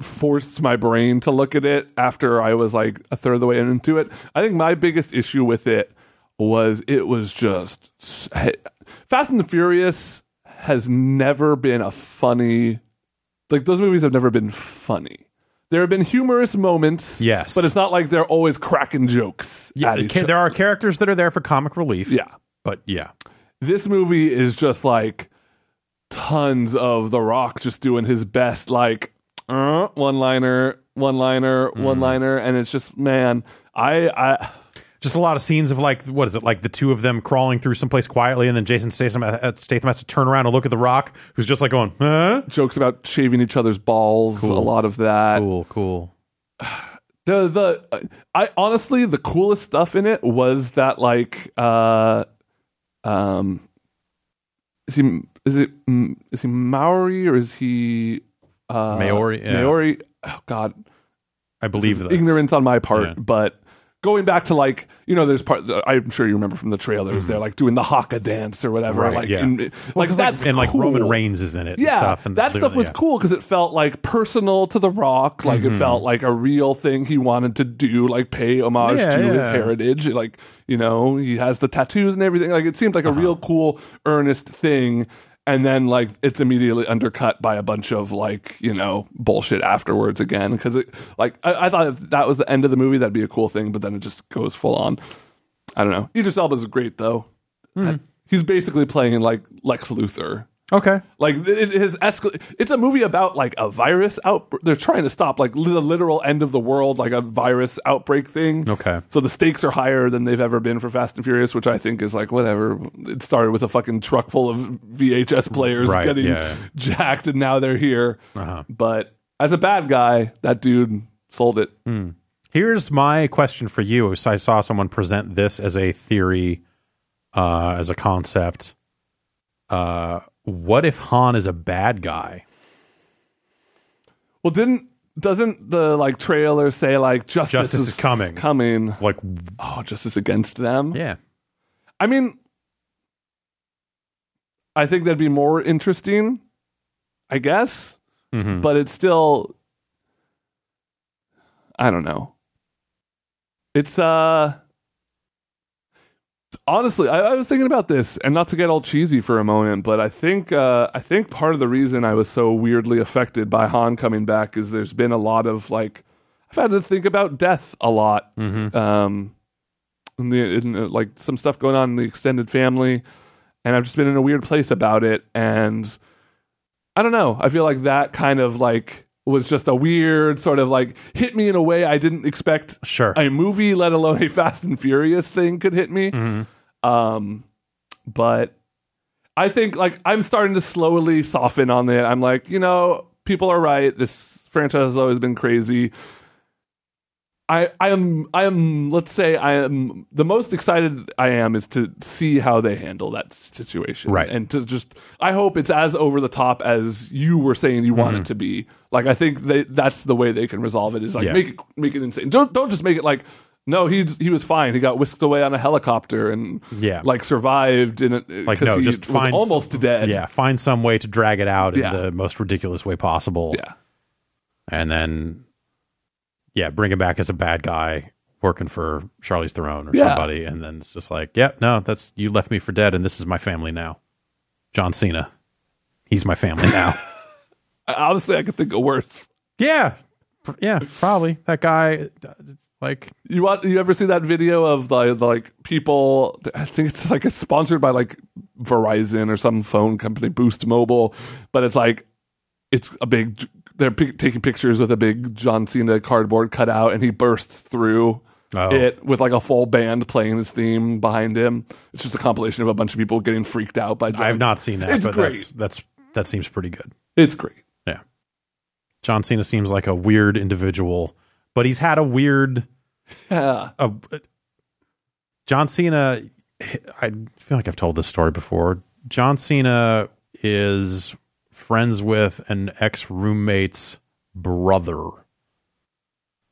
B: forced my brain to look at it after I was like a third of the way into it. I think my biggest issue with it was it was just Fast and the Furious has never been a funny like those movies have never been funny. There have been humorous moments,
A: Yes.
B: but it's not like they're always cracking jokes.
A: Yeah,
B: at
A: it
B: each
A: can- Uh, there are characters that are there for comic relief.
B: yeah.
A: but yeah,
B: This movie is just like tons of The Rock just doing his best, like uh, one liner, one liner,
A: Hmm.
B: one liner, and it's just man, I, I
A: just a lot of scenes of like what is it like the two of them crawling through someplace quietly, and then Jason Statham, uh, Statham has to turn around and look at the Rock, who's just like going, huh?
B: jokes about shaving each other's balls, a lot of that.
A: cool, cool.
B: the the I honestly the coolest stuff in it was that like uh um is he is it mm, is he Maori or is he uh
A: Maori, yeah.
B: Maori oh god
A: I believe that
B: ignorance on my part
A: Yeah.
B: but going back to like you know there's part I'm sure you remember from the trailers they're like doing the haka dance or whatever
A: Mm-hmm. Right,
B: like
A: yeah.
B: in, like
A: 'Cause,
B: that's
A: and like
B: cool.
A: Roman Reigns is in it.
B: Yeah,
A: and stuff, and
B: that stuff was
A: yeah. Mm-hmm.
B: cool because it felt like personal to The Rock. Like it felt like a real thing he wanted to do, like pay homage
A: Yeah,
B: to his
A: yeah.
B: heritage. Like you know, he has the tattoos and everything. Like it seemed like
A: Uh-huh.
B: a real cool, earnest thing. And then like it's immediately undercut by a bunch of like you know bullshit afterwards again because it like I, I thought if that was the end of the movie that'd be a cool thing, but then it just goes full on. I don't know. Idris Elba's great though.
A: Mm-hmm.
B: He's basically playing like Lex Luthor
A: Okay,
B: like it it has escal- It's a movie about like a virus outbreak. They're trying to stop like li- the literal end of the world, like a virus outbreak thing.
A: okay.
B: So the stakes are higher than they've ever been for Fast and Furious, which I think is like whatever. It started with a fucking truck full of VHS players
A: Right,
B: getting
A: yeah.
B: jacked, and now they're here.
A: Uh-huh.
B: But as a bad guy, that dude sold it.
A: Here's my question for you. So I saw someone present this as a theory, uh, as a concept. Uh, what if Han is a bad guy?
B: Well, didn't doesn't the like trailer say like justice,
A: Justice is coming.
B: coming?
A: Like,
B: Oh, justice against them.
A: yeah,
B: I mean, I think that'd be more interesting, I guess,
A: Mhm.
B: but it's still, I don't know. It's, uh, honestly, I, I was thinking about this and not to get all cheesy for a moment, but I think, uh, I think part of the reason I was so weirdly affected by Han coming back is there's been a lot of like, I've had to think about death a lot
A: Mhm.
B: um, in the, in, uh, like some stuff going on in the extended family, and I've just been in a weird place about it. And I don't know. I feel like that kind of like was just a weird sort of like hit me in a way I didn't expect
A: sure.
B: a movie, let alone a Fast and Furious thing, could hit me.
A: Mhm.
B: Um, but I think like I'm starting to slowly soften on it. I'm like, you know, people are right. This franchise has always been crazy. I I am I am let's say I am the most excited I am is to see how they handle that situation.
A: Right.
B: And to just I hope it's as over the top as you were saying you
A: Mm-hmm.
B: want it to be. Like I think they, that's the way they can resolve it is like
A: Yeah.
B: make it make it insane. Don't don't just make it like no, he he was fine. He got whisked away on a helicopter and
A: Yeah.
B: like survived in a,
A: Like,
B: 'cause
A: no,
B: he
A: just
B: was
A: find-
B: almost dead.
A: yeah, find some way to drag it out in
B: Yeah.
A: the most ridiculous way possible.
B: yeah.
A: and then yeah, bring him back as a bad guy working for Charlize Theron or
B: Yeah.
A: somebody, and then it's just like, yeah, no, that's you left me for dead, and this is my family now. John Cena, he's my family now.
B: I- Honestly, I could think of worse.
A: yeah, Pr- yeah, probably that guy. uh, Like,
B: You want you ever see that video of the, the like people? I think it's like it's sponsored by like Verizon or some phone company, Boost Mobile, but it's like it's a big. They're pic- taking pictures with a big John Cena cardboard cutout, and he bursts through
A: Oh.
B: it with like a full band playing his theme behind him. It's just a compilation of a bunch of people getting freaked out by. John
A: I've not seen that,
B: It's
A: but
B: great.
A: that's that's that seems pretty good.
B: It's great.
A: Yeah, John Cena seems like a weird individual, but he's had a weird.
B: Yeah.
A: a Oh, John Cena. I feel like I've told this story before. John Cena is friends with an ex roommate's brother,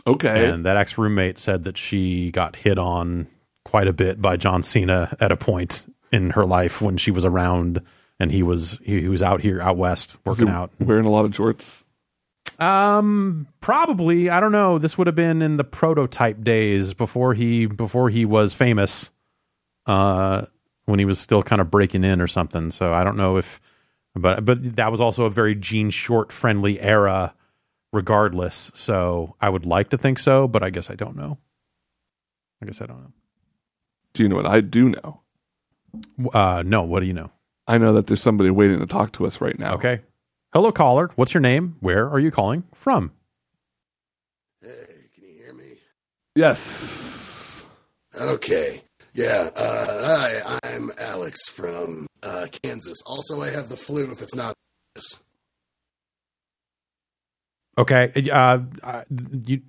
B: Okay.
A: and that ex roommate said that she got hit on quite a bit by John Cena at a point in her life when she was around, and he was he, he was out here out west working out.
B: Wearing a lot of jorts.
A: Um, probably. I don't know. This would have been in the prototype days before he before he was famous. Uh, when he was still kind of breaking in or something. So I don't know if, but but that was also a very Gene Short friendly era, regardless. So I would like to think so, but I guess I don't know. I guess I don't
B: Do you know what I do know?
A: know. Uh, no. What do you know?
B: I know that there's somebody waiting to talk to us right now.
A: Okay. Hello, caller. What's your name? Where are you calling from?
F: Hey, can you hear me?
B: Yes.
F: Okay. Yeah, uh, hi, I'm Alex from uh, Kansas. Also, I have the flu if it's not.
A: Okay. Uh, I- you,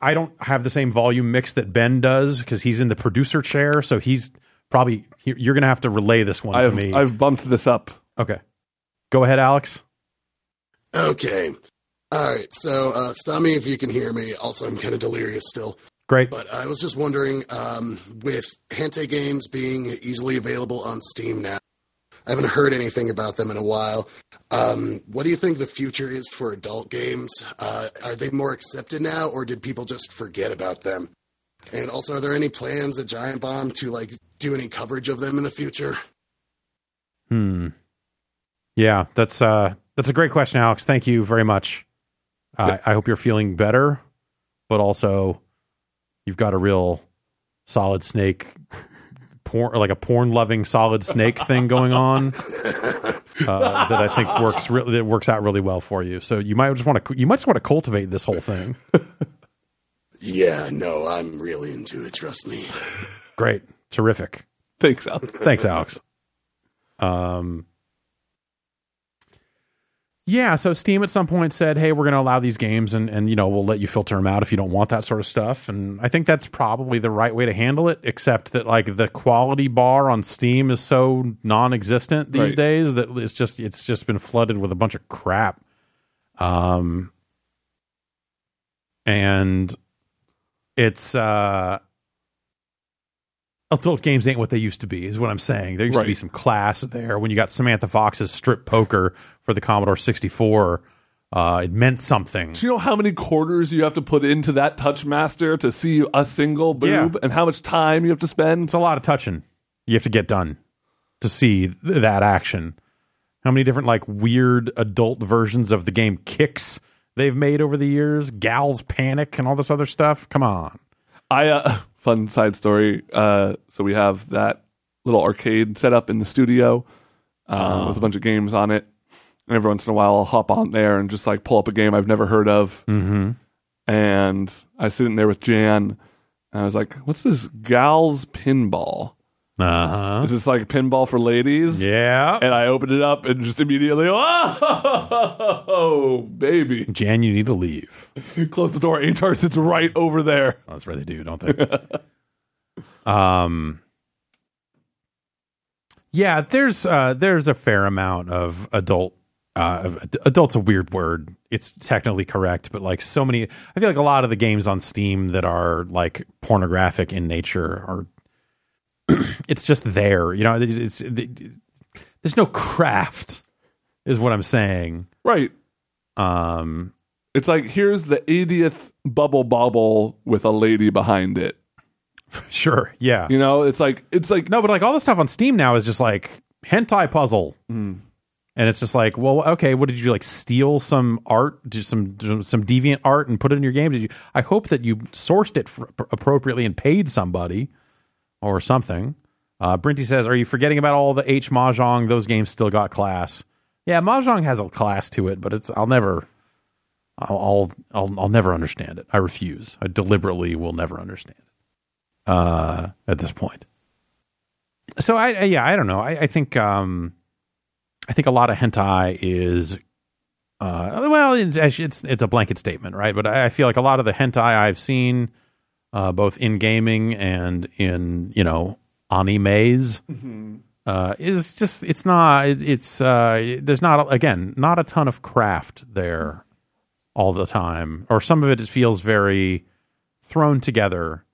A: I don't have the same volume mix that Ben does because he's in the producer chair, so he's probably you're going to have to relay this one to
B: I've,
A: me.
B: I've bumped this up.
A: okay. Go ahead, Alex.
F: Okay. All right, so uh, stop me if you can hear me. Also, I'm kind of delirious still.
A: Great.
F: But I was just wondering um, with Hante games being easily available on Steam now, I haven't heard anything about them in a while. Um, what do you think the future is for adult games? Uh, are they more accepted now, or did people just forget about them? And also, are there any plans at Giant Bomb to like do any coverage of them in the future?
A: Hmm. Yeah, that's uh that's a great question, Alex. Thank you very much. I I hope you're feeling better, but also you've got a real solid snake porn like a porn loving solid snake thing going on uh, that I think works really that works out really well for you. So you might just want to you might just want to cultivate this whole thing.
F: Yeah, no, I'm really into it. Trust me.
A: Great. Terrific.
B: Thanks, Al.
A: Thanks, Alex. Um, yeah, so Steam at some point said, "Hey, we're going to allow these games, and and you know we'll let you filter them out if you don't want that sort of stuff." And I think that's probably the right way to handle it. Except that like the quality bar on Steam is so non-existent these
B: Right.
A: days that it's just it's just been flooded with a bunch of crap. Um, and it's uh adult games ain't what they used to be is what i'm saying there used to
B: Right.
A: be some class there when you got samantha fox's strip poker for the commodore 64 uh it meant something
B: Do you know how many quarters you have to put into that Touchmaster to see a single boob
A: Yeah.
B: and how much time you have to spend?
A: it's a lot of touching you have to get done to see th- that action how many different like weird adult versions of the game kicks they've made over the years gals panic and all this other stuff come on
B: I uh, fun side story. Uh, so we have that little arcade set up in the studio
A: Ah.
B: uh, with a bunch of games on it, and every once in a while I'll hop on there and just like pull up a game I've never heard of,
A: mm-hmm
B: and I was sitting there with Jan, and I was like, "What's this Gals Pinball?
A: uh-huh
B: Is this like pinball for ladies?"
A: yeah
B: And I opened it up and just immediately, oh, baby.
A: jan you need to leave
B: Close the door. Ain't ours. It's right over there.
A: Well, Oh, that's where they do, don't they? um, yeah, there's uh, there's a fair amount of adult. Uh, of, adult's a weird word. It's technically correct, but like so many, I feel like a lot of the games on Steam that are like pornographic in nature are. it's just there, you know. It's, it's there's no craft, is what I'm saying.
B: Right.
A: Um,
B: It's like here's the 80th bubble bobble with a lady behind it.
A: sure, yeah.
B: You know, it's like it's like
A: No, but like all the stuff on Steam now is just like hentai puzzle, and it's just like, well, okay, what did you like steal some art, do some some deviant art, and put it in your game? Did you? I hope that you sourced it for, appropriately and paid somebody or something. Uh, Brinty says, "Are you forgetting about all the H mahjong? Those games still got class. Yeah, mahjong has a class to it, but it's I'll never." I'll, I'll I'll I'll never understand it. I refuse. I deliberately will never understand it. Uh, at this point so I, I- yeah, I don't know. I, I think um, I think a lot of hentai is uh, well, it's actually- it's it's a blanket statement, right? But I, I feel like a lot of the hentai I've seen, uh, both in gaming and in you know animes, uh, is just it's not it, it's uh, there's not again not a ton of craft there all the time, or some of it feels very thrown together.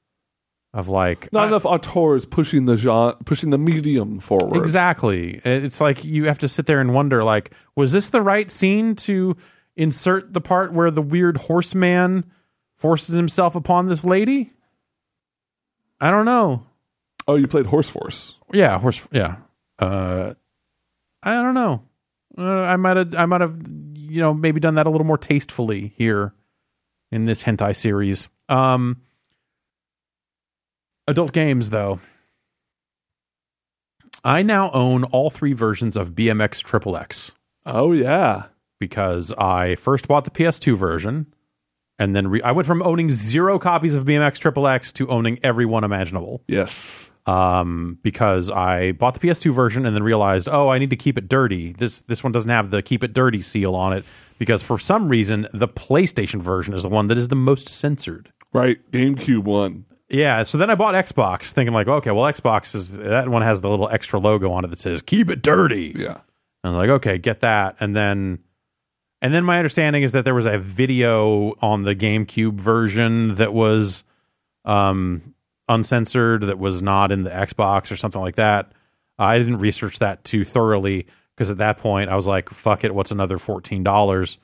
A: Of like
B: not
A: I-
B: enough auteurs pushing the genre, pushing the medium forward.
A: Exactly. It- It's like you have to sit there and wonder, like, was this the right scene to insert the part where the weird horseman forces himself upon this lady? I don't know.
B: Oh, you played Horse Force.
A: Yeah, horse. Yeah. Uh, I don't know. Uh, I might have. I might have. You know, maybe done that a little more tastefully here in this hentai series. Um, adult games, though. I now own all three versions of BMX Triple X
B: Oh yeah.
A: because I first bought the PS2 version, and then re- I went from owning zero copies of BMX Triple X to owning every one imaginable
B: Yes.
A: um, because I bought the PS2 version and then realized, oh, I need to keep it dirty. This this one doesn't have the keep it dirty seal on it because for some reason the PlayStation version is the one that is the most censored.
B: Right. GameCube one.
A: Yeah, so then I bought Xbox, thinking like, okay, well, Xbox is that one has the little extra logo on it that says "Keep it dirty."
B: Yeah.
A: And I'm like, okay, get that. And then and then my understanding is that there was a video on the GameCube version that was um uncensored that was not in the Xbox or something like that. I didn't research that too thoroughly because at that point I was like, fuck it, what's another $14?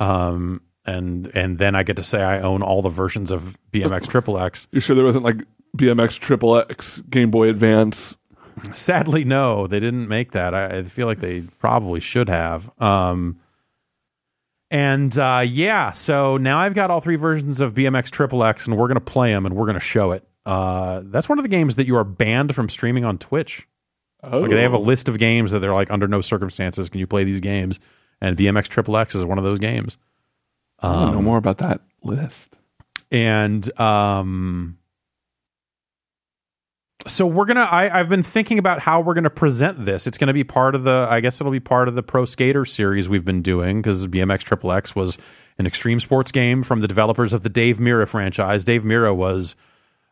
A: Um and and then I get to say I own all the versions of BMX Triple X.
B: You sure there wasn't like BMX Triple X Game Boy Advance?
A: Sadly, no, they didn't make that. I, I feel like they probably should have. Um, and uh, yeah, so now I've got all three versions of BMX Triple X, and we're going to play them and we're going to show it. Uh, that's one of the games that you are banned from streaming on Twitch.
B: Oh,
A: Like, they have a list of games that they're like, under no circumstances can you play these games. And BMX Triple X is one of those games.
B: I wanna
A: Um,
B: know more about that list.
A: and um so we're gonna I, i've been thinking about how we're gonna present this it's gonna be part of the i guess it'll be part of the pro skater series we've been doing because bmx triple x was an extreme sports game from the developers of the dave mira franchise dave mira was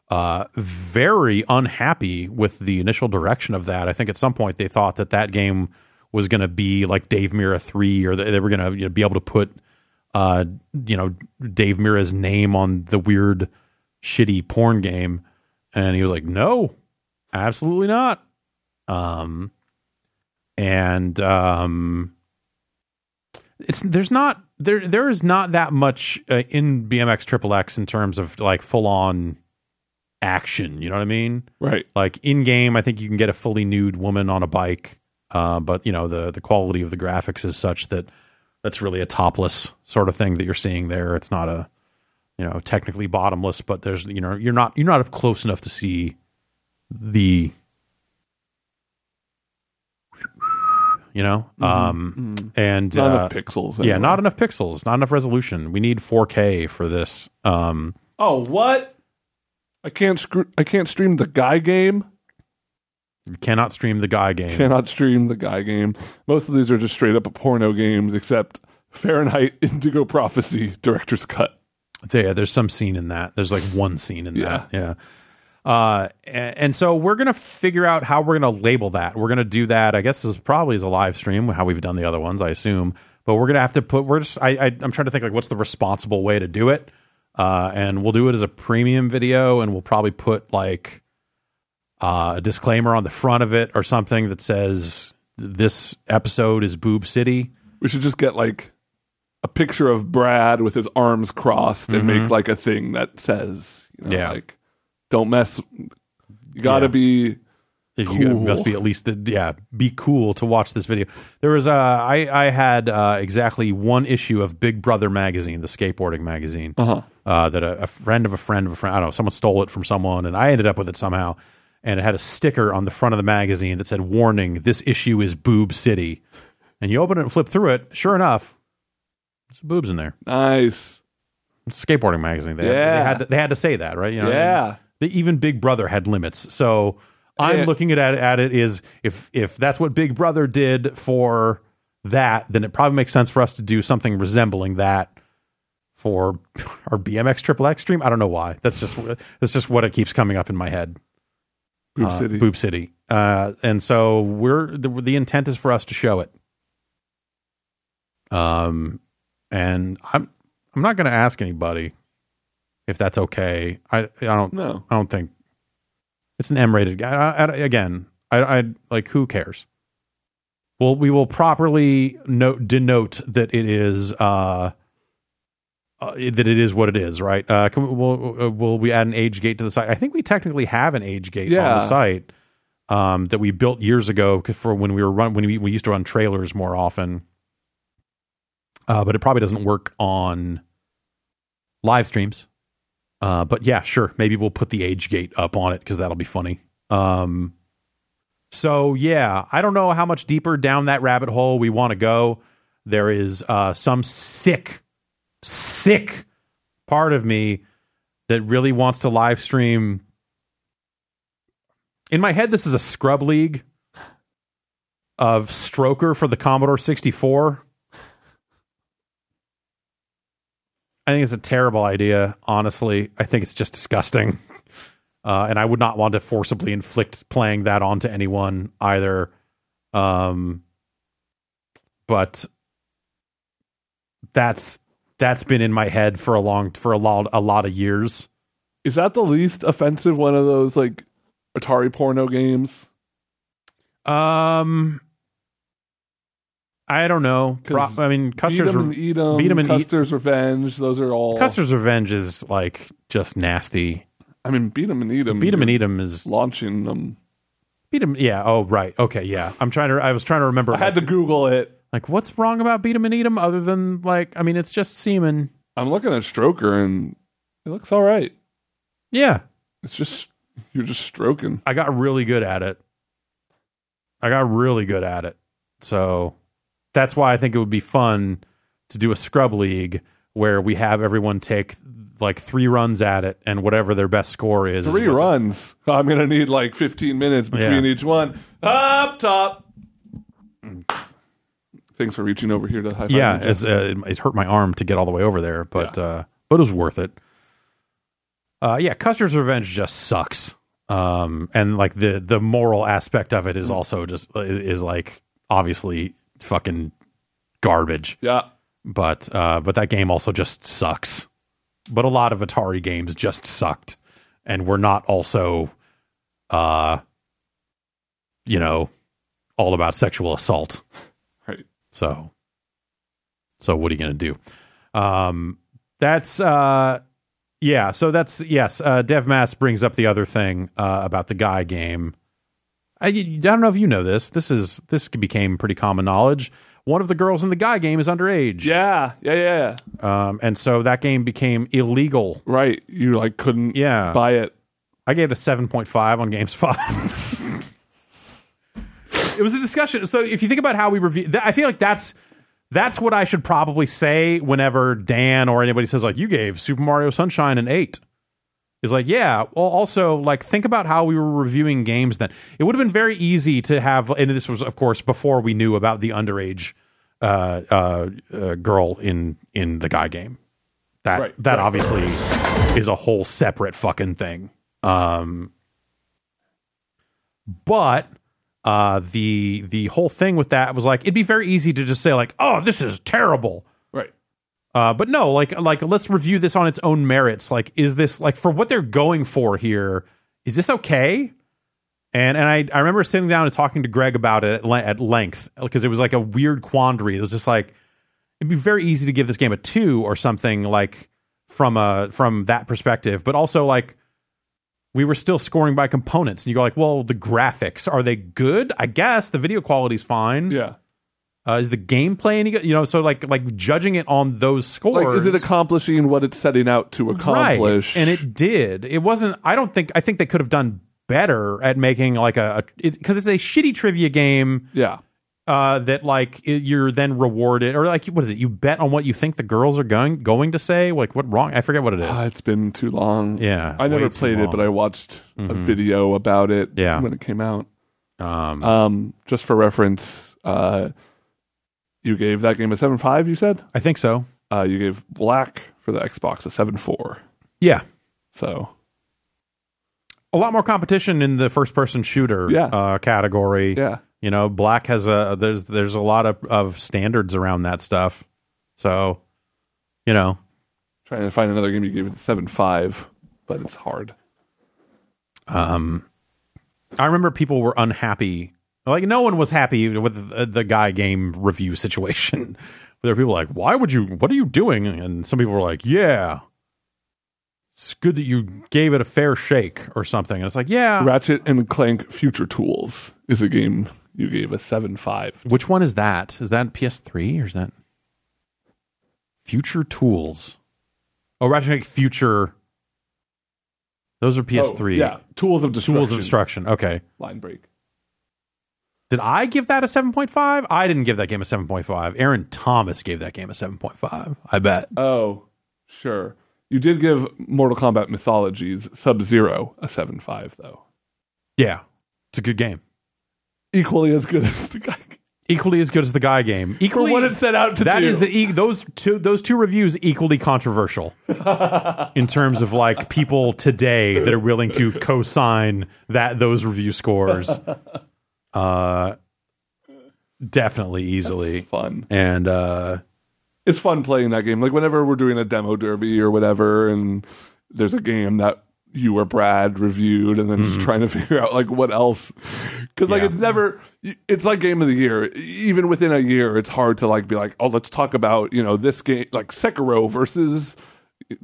A: uh, very unhappy with the initial direction of that. I think at some point they thought that that game was going to be like Dave Mira three, or they, they were going to you know, be able to put uh, you know Dave Mira's name on the weird, shitty porn game, and he was like, "No, absolutely not." Um, and um, it's there's not there there is not that much uh, in BMX Triple X in terms of like full on action. You know what I mean?
B: Right.
A: Like in game, I think you can get a fully nude woman on a bike, uh, but you know the the quality of the graphics is such that that's really a topless sort of thing that you're seeing there. It's not a you know technically bottomless, but there's you know you're not you're not up close enough to see the you know um and
B: Mm-hmm. Not
A: uh,
B: enough pixels.
A: yeah not enough pixels not enough resolution we need 4k for this um
B: Oh, what? I can't screw. I can't stream the guy game.
A: you cannot stream the guy game
B: Cannot stream the guy game. Most of these are just straight up porno games, except Fahrenheit Indigo Prophecy Director's Cut.
A: Yeah, there's some scene in that. There's like one scene in
B: Yeah.
A: that. Yeah. Uh, a- and, so we're gonna figure out how we're gonna label that. We're gonna do that. I guess this probably is a live stream, how we've done the other ones, I assume. But we're gonna have to put. We're just. I, I I'm trying to think like what's the responsible way to do it. Uh, and we'll do it as a premium video, and we'll probably put like uh, a disclaimer on the front of it or something that says this episode is Boob City.
B: We should just get like a picture of Brad with his arms crossed and make like a thing that says, you know,
A: Mm-hmm. Yeah.
B: like don't mess. You gotta
A: Yeah.
B: be
A: If You
B: Cool.
A: must be at least the, yeah, be cool to watch this video. There was uh, I I had uh, exactly one issue of Big Brother magazine, the skateboarding magazine,
B: Oh.
A: uh-huh. that a, a friend of a friend of a friend, I don't know, someone stole it from someone, and I ended up with it somehow. And it had a sticker on the front of the magazine that said, "Warning: This issue is Boob City." And you open it and flip through it. Sure enough, there's boobs in there.
B: nice.
A: It's a skateboarding magazine. They,
B: Yeah.
A: they had to, they had to say that, right? You know what I mean?
B: yeah.
A: the, even Big Brother had limits. So I'm
B: Yeah.
A: looking at at it is if if that's what Big Brother did for that, then it probably makes sense for us to do something resembling that for our BMX Triple X stream. I don't know why. That's just that's just what it keeps coming up in my head.
B: Boob
A: Uh,
B: City.
A: Boob City. Uh, and so we're the, the intent is for us to show it. Um, and I'm I'm not going to ask anybody if that's okay. I I don't
B: No.
A: I don't think it's an M-rated guy. I, I, again, I, I like who cares? Well, we will properly note denote that it is uh, uh that it is what it is, right? Uh, can we, will uh, will we add an age gate to the site? I think we technically have an age gate on
B: Yeah.
A: the site um, that we built years ago c- for when we were run when we, we used to run trailers more often. Uh, but it probably doesn't work on live streams. Uh, but yeah, sure. Maybe we'll put the age gate up on it because that'll be funny. Um, so yeah, I don't know how much deeper down that rabbit hole we want to go. There is uh, some sick, sick part of me that really wants to live stream. In my head, this is a scrub league of Stroker for the Commodore 64. I think it's a terrible idea, honestly. I think it's just disgusting. Uh, and I would not want to forcibly inflict playing that onto anyone either. Um, but that's that's been in my head for a long for a lot a lot of years.
B: Is that the least offensive one of those like Atari porno games?
A: Um, I don't know.
B: 'Cause
A: Pro- I mean,
B: Beat 'em and
A: Custer's
B: eat 'em,
A: beat 'em and eat-
B: Custer's Revenge. Those are all.
A: Custer's Revenge is like just nasty.
B: I mean, beat 'em and eat 'em.
A: Beat 'em and
B: you're
A: eat 'em is
B: Launching them.
A: beat 'em. Yeah. Oh, right. Okay. Yeah. I'm trying to. I was trying to remember.
B: I had to Google it.
A: Like, what's wrong about beat 'em and eat 'em other than like, I mean, it's just semen.
B: I'm looking at Stroker and it looks all right.
A: Yeah,
B: It's just you're just stroking.
A: I got really good at it. I got really good at it. So that's why I think it would be fun to do a scrub league where we have everyone take like three runs at it and whatever their best score is. is
B: Three
A: what the-
B: runs. I'm gonna need like 15 minutes between
A: Yeah.
B: each one. Up top. Thanks for reaching over here to high five.
A: yeah,
B: me, Jeff.
A: it's, uh, it, it hurt my arm to get all the way over there, but uh, but it was worth it. Uh, yeah, Custer's Revenge just sucks, um, and like the the moral aspect of it is also just uh, is like obviously fucking garbage.
B: yeah.
A: But uh, but that game also just sucks. But a lot of Atari games just sucked, and were not also, uh, you know, all about sexual assault.
B: Right.
A: So, so what are you going to do? Um, that's, uh, yeah. So that's, yes. Uh, Dev Mass brings up the other thing, uh, about the guy game. I, I don't know if you know this. This is, this became pretty common knowledge. One of the girls in the guy game is underage.
B: Yeah. Yeah. Yeah.
A: Um, and so that game became illegal.
B: Right. You like couldn't
A: Yeah.
B: buy it.
A: I gave it a 7.5 on GameSpot. it was a discussion. So if you think about how we review, that, I feel like that's that's what I should probably say whenever Dan or anybody says like you gave Super Mario Sunshine an 8. Is like, yeah, well also like think about how we were reviewing games then. It would have been very easy to have and this was of course before we knew about the underage uh, uh, uh, girl in in the guy game. That
B: Right,
A: that
B: right.
A: obviously is a whole separate fucking thing. Um, but uh, the the whole thing with that was like it'd be very easy to just say like, oh, this is terrible.
B: Right.
A: Uh, but no, like like let's review this on its own merits. Like, is this like for what they're going for here? Is this okay? And and I I remember sitting down and talking to Greg about it at, le- at length because it was like a weird quandary. It was just like it'd be very easy to give this game a two or something like from a from that perspective, but also like we were still scoring by components, and you go like, well, the graphics are they good? I guess the video quality's fine.
B: Yeah.
A: Uh, is the gameplay any good? You know, so like like judging it on those scores.
B: Like, is it accomplishing what it's setting out to accomplish?
A: Right. And it did. It wasn't. I don't think. I think they could have done better at making like a because it's a shitty trivia game
B: yeah,
A: uh, that like i- you're then rewarded or like what is it? You bet on what you think the girls are going going to say. Like what wrong? I forget what it is.
B: Ah, it's been too long.
A: Yeah,
B: I
A: way
B: never
A: too
B: played it,
A: long. Mm-hmm.
B: but I watched a video about it.
A: Yeah.
B: when it came out.
A: um,
B: Um, just for reference, uh, you gave that game a seven five. You said
A: I think so.
B: uh, you gave Black for the Xbox a seven four.
A: Yeah.
B: So
A: A lot more competition in the first person shooter
B: Yeah.
A: uh, category.
B: yeah,
A: you know black has a there's there's a lot of, of standards around that stuff so you know
B: trying to find another game you gave it seven five, but it's hard.
A: i remember people were unhappy Like no one was happy with the, the guy game review situation. There were people like, "Why would you? What are you doing?" And some people were like, "Yeah, it's good that you gave it a fair shake or something." And it's like, "Yeah,
B: Ratchet and Clank Future Tools is a game you gave a seven five.
A: Which one is that? Is that PS3 or is that Future Tools? Oh, Ratchet and Clank Future. Those are PS3.
B: Oh, yeah, Tools of Destruction.
A: Tools of Destruction. Okay.
B: Line break.
A: Did I give that a 7.5? I didn't give that game a 7.5. Aaron Thomas gave that game a 7.5. I bet.
B: Oh, sure. You did give Mortal Kombat Mythologies Sub Zero a seven five though,
A: Yeah. It's a good game.
B: equally as good as the guy.
A: Equally as good as the guy game.
B: For
A: Equally
B: what it set out to
A: That
B: do.
A: is an e- those two those two reviews equally controversial in terms of like people today that are willing to co-sign that those review scores uh definitely easily
B: fun.
A: and uh
B: It's fun playing that game. Like whenever we're doing a demo derby or whatever, and there's a game that you or Brad reviewed, and then just trying to figure out like what else, because like
A: Mm-hmm. Yeah.
B: it's never. It's like game of the year. Even within a year, it's hard to like be like, oh, let's talk about you know this game like Sekiro versus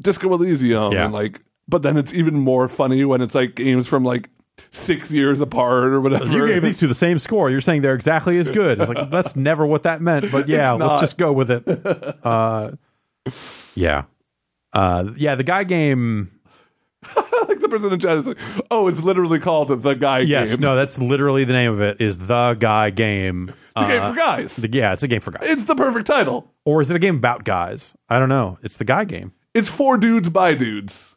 B: Disco Elysium,
A: Yeah.
B: and like. But then it's even more funny when it's like games from like six years apart or whatever.
A: you gave these two the same score you're saying they're exactly as good it's like that's never what that meant but yeah
B: It's
A: let's
B: not.
A: just go with it uh yeah uh yeah the guy game
B: like the person in chat is like, oh, it's literally called the guy
A: yes
B: game.
A: no that's literally the name of it is the guy game Uh,
B: the game for guys.
A: The- yeah, it's a game for guys.
B: it's the perfect title.
A: Or is it a game about guys? I don't know. It's the guy game.
B: It's for dudes by dudes.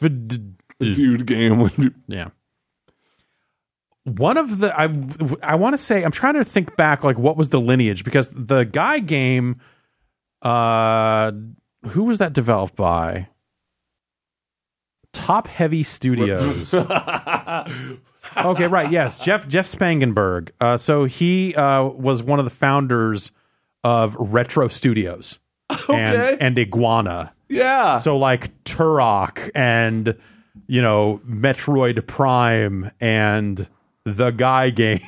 B: Dude game would be
A: Yeah. One of the I I want to say I'm trying to think back like what was the lineage because the guy game uh who was that developed by? Top Heavy Studios. okay, right. Yes, Jeff Jeff Spangenberg. Uh, so he uh, was one of the founders of Retro Studios
B: Okay.
A: and, and Iguana.
B: yeah.
A: So like Turok and you know Metroid Prime and the Guy game.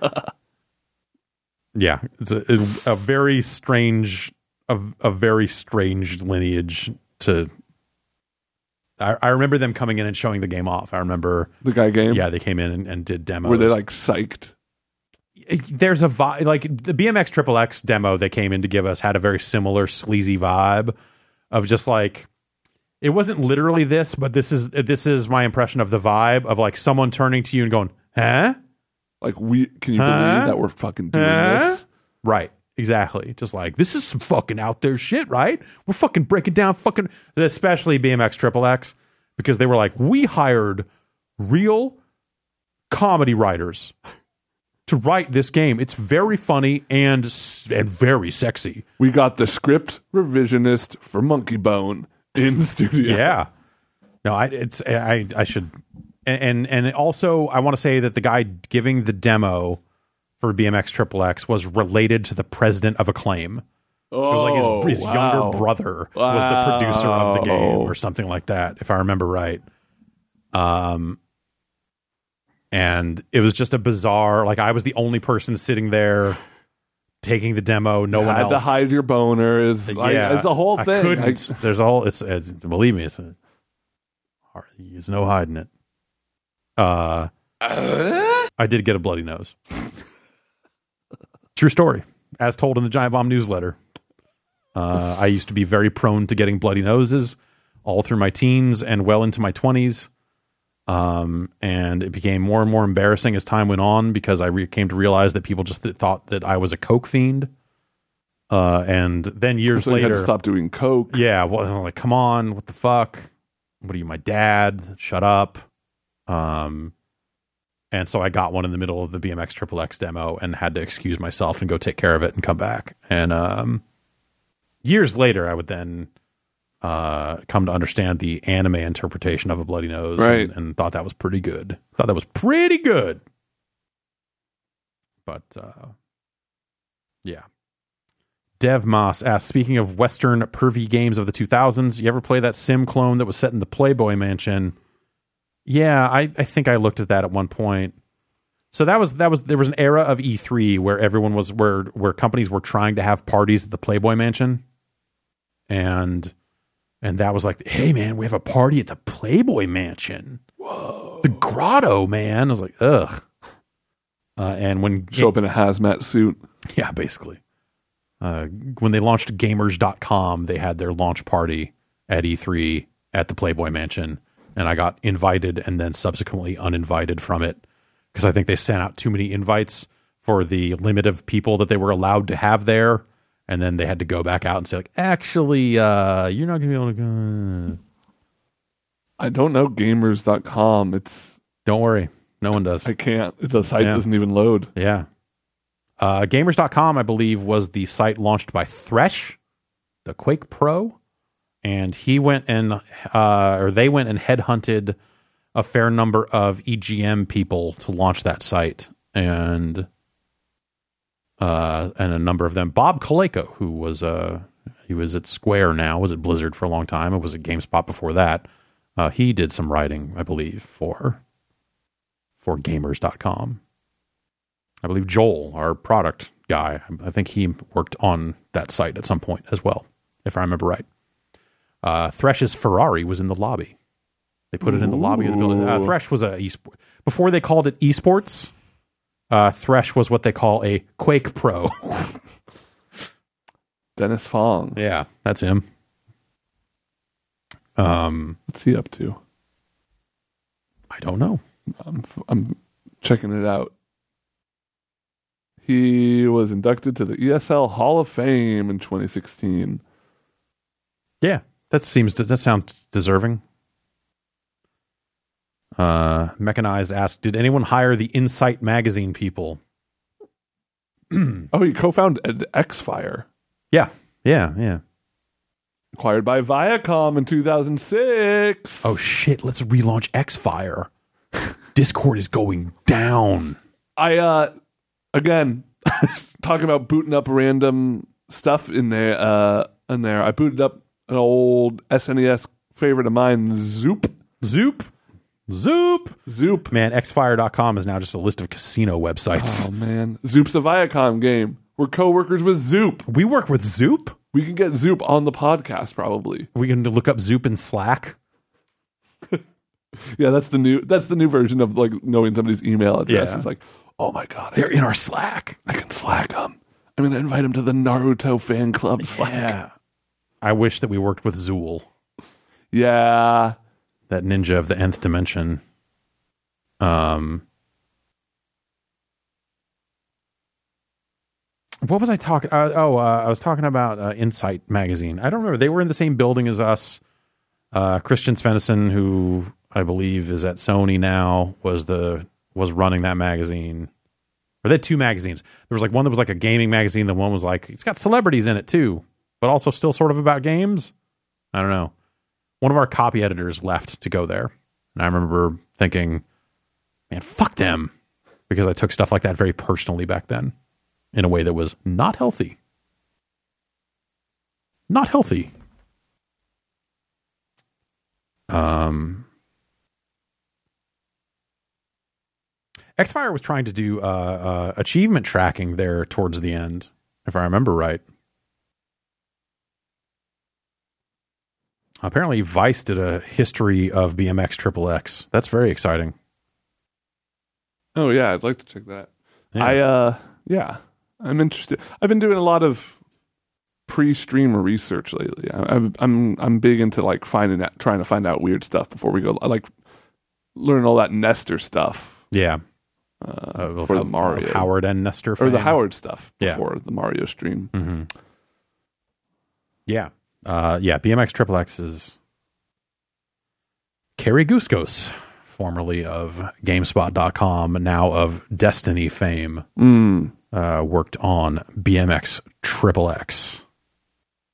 A: yeah, it's a, it's a very strange a, a very strange lineage to. I, I remember them coming in and showing the game off. I remember,
B: the guy game.
A: yeah, they came in and, and did demos
B: Were they like psyched?
A: there's a vibe like the BMX Triple X demo they came in to give us had a very similar sleazy vibe of just like it wasn't literally this, but this is this is my impression of the vibe of like someone turning to you and going, "Huh?"
B: Like we can you
A: Huh?
B: believe that we're fucking doing
A: Huh?
B: this?
A: Right. Exactly. Just like this is some fucking out there shit, right? We're fucking breaking down fucking especially BMX Triple X because they were like, we hired real comedy writers to write this game. It's very funny and s- and very sexy.
B: We got the script revisionist for Monkey Bone in studio.
A: yeah. No, I it's I I should and and, and also I want to say that the guy giving the demo for BMX Triple X was related to the president of Acclaim. It was like his, his
B: Oh, wow.
A: younger brother was the producer of the game
B: Wow.
A: or something like that, if I remember right. Um, and it was just a bizarre. Like I was the only person sitting there taking the demo. No one
B: Had
A: else Uh,
B: to hide your boner is like, it's a whole
A: I
B: thing.
A: couldn't.
B: Like,
A: There's all. It's, it's believe me. It's a, hard- there's no hiding it. Uh, I did get a bloody nose. True story, as told in the Giant Bomb newsletter. Uh, I used to be very prone to getting bloody noses all through my teens and well into my twenties. Um, and it became more and more embarrassing as time went on because I re- came to realize that people just th- thought that I was a coke fiend. Uh, and then years
B: so you had
A: later,
B: to stop doing coke.
A: yeah, well, I'm like, come on, what the fuck? What are you, my dad? Shut up. Um, and so I got one in the middle of the BMX Triple X demo and had to excuse myself and go take care of it and come back. And um, years later, I would then uh, come to understand the anime interpretation of a bloody nose,
B: Right.
A: and, and thought that was pretty good. Thought that was pretty good. But uh, yeah. Dev Moss asks, speaking of Western pervy games of the 2000s, you ever play that sim clone that was set in the Playboy Mansion? Yeah, I, I think I looked at that at one point. So that was that was there was an era of E3 where everyone was where where companies were trying to have parties at the Playboy Mansion, and and that was like, hey man, we have a party at the Playboy Mansion. Whoa, the Grotto, man. I was like, ugh. Uh, and when
B: Show up in a hazmat suit.
A: yeah, basically. Uh, when they launched gamers.com, they had their launch party at E3 at the Playboy Mansion. And I got invited and then subsequently uninvited from it because I think they sent out too many invites for the limit of people that they were allowed to have there. And then they had to go back out and say, like, actually, uh, you're not going to be able to go.
B: I don't know gamers.com. It's
A: Don't worry. No one does.
B: I can't. The site
A: Yeah.
B: doesn't even load.
A: Yeah. Uh, gamers.com, I believe, was the site launched by Thresh, the Quake Pro. And he went and, uh, or they went and headhunted a fair number of EGM people to launch that site. And, uh, and a number of them. Bob Kaleko, who was, uh, he was at Square now, was at Blizzard for a long time. It was at GameSpot before that. Uh, he did some writing, I believe, for, for gamers.com. I believe Joel, our product guy, I think he worked on that site at some point as well, if I remember right. Uh, Thresh's Ferrari was in the lobby. They put it in the lobby of the building. Uh,
B: Ooh.
A: Thresh was a esport before they called it esports. Uh, Thresh was what they call a Quake Pro.
B: Dennis Fong.
A: yeah, that's him. Um,
B: What's he up to?
A: I don't know.
B: I'm I'm checking it out. He was inducted to the ESL Hall of Fame in 2016.
A: Yeah, that seems that sounds deserving. Uh, Mechanized asked, "Did anyone hire the Insight magazine people?"
B: Oh, he co-founded Xfire,
A: Yeah, yeah, yeah.
B: acquired by Viacom in 2006.
A: Oh shit! Let's relaunch X Fire. Discord is going down.
B: I uh again talking about booting up random stuff in there uh in there. I booted up an old SNES favorite of mine, Zoop.
A: Zoop, zoop.
B: Zoop.
A: Man, xfire.com is now just a list of casino websites.
B: Oh man. Zoop's a Viacom game. We're coworkers with Zoop.
A: We work with Zoop.
B: We can get Zoop on the podcast probably.
A: We can look up Zoop in Slack.
B: Yeah, that's the new that's the new version of like knowing somebody's email address.
A: Yeah.
B: It's like, oh my god, I,
A: They're in our Slack.
B: I can Slack him. I'm gonna invite him to the Naruto fan club Slack.
A: Yeah. I wish that we worked with Zool.
B: yeah.
A: that ninja of the nth dimension. Um, what was I talking? Uh, oh, uh, I was talking about uh, Insight magazine. I don't remember. They were in the same building as us. Uh, Christian Svensson, who I believe is at Sony now, was the was running that magazine. Or they had two magazines. There was like one that was like a gaming magazine. The one was like it's got celebrities in it too, but also still sort of about games. I don't know one of our copy editors left to go there. And I remember thinking, man, fuck them. Because I took stuff like that very personally back then in a way that was not healthy. Not healthy. Um, Xfire was trying to do uh, uh, achievement tracking there towards the end, if I remember right. Apparently, Vice did a history of BMX Triple X. That's very exciting.
B: Oh yeah, I'd like to check that. I uh yeah, I'm interested. I've been doing a lot of pre-stream research lately. I, I'm I'm I'm big into like finding out, trying to find out weird stuff before we go. I like learn all that Nestor stuff
A: yeah,
B: uh,
A: of-
B: for the
A: of-
B: Mario
A: of Howard and Nestor,
B: or the
A: fame.
B: Howard stuff
A: Yeah.
B: before the Mario stream.
A: hmm Yeah, uh, yeah. BMX Triple X is Kerry Guskos, formerly of GameSpot.com, now of Destiny fame,
B: Mm.
A: uh, worked on BMX Triple X.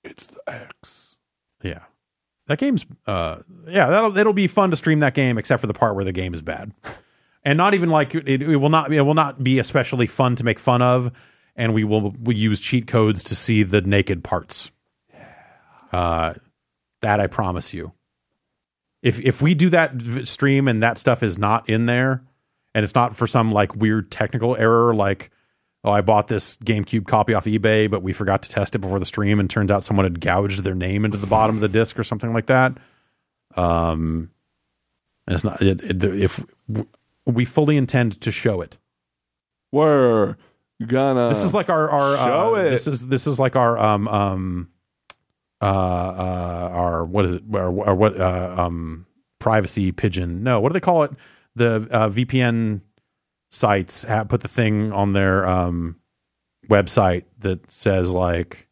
B: It's the X.
A: Yeah, that game's uh, yeah, that'll it'll be fun to stream that game, except for the part where the game is bad, and not even like it, it will not it will not be especially fun to make fun of, and we will we use cheat codes to see the naked parts. Uh, that I promise you. If if we do that v- stream and that stuff is not in there, and it's not for some like weird technical error like oh i bought this gamecube copy off ebay but we forgot to test it before the stream and turns out someone had gouged their name into the bottom of the disc or something like that um and it's not it, it, if we fully intend to show it
B: We're gonna.
A: this is like our our
B: Show
A: uh,
B: it.
A: this is this is like our um um uh uh our what is it our, our what uh um privacy pigeon no what do they call it the uh, VPN sites ha put the thing on their um website that says like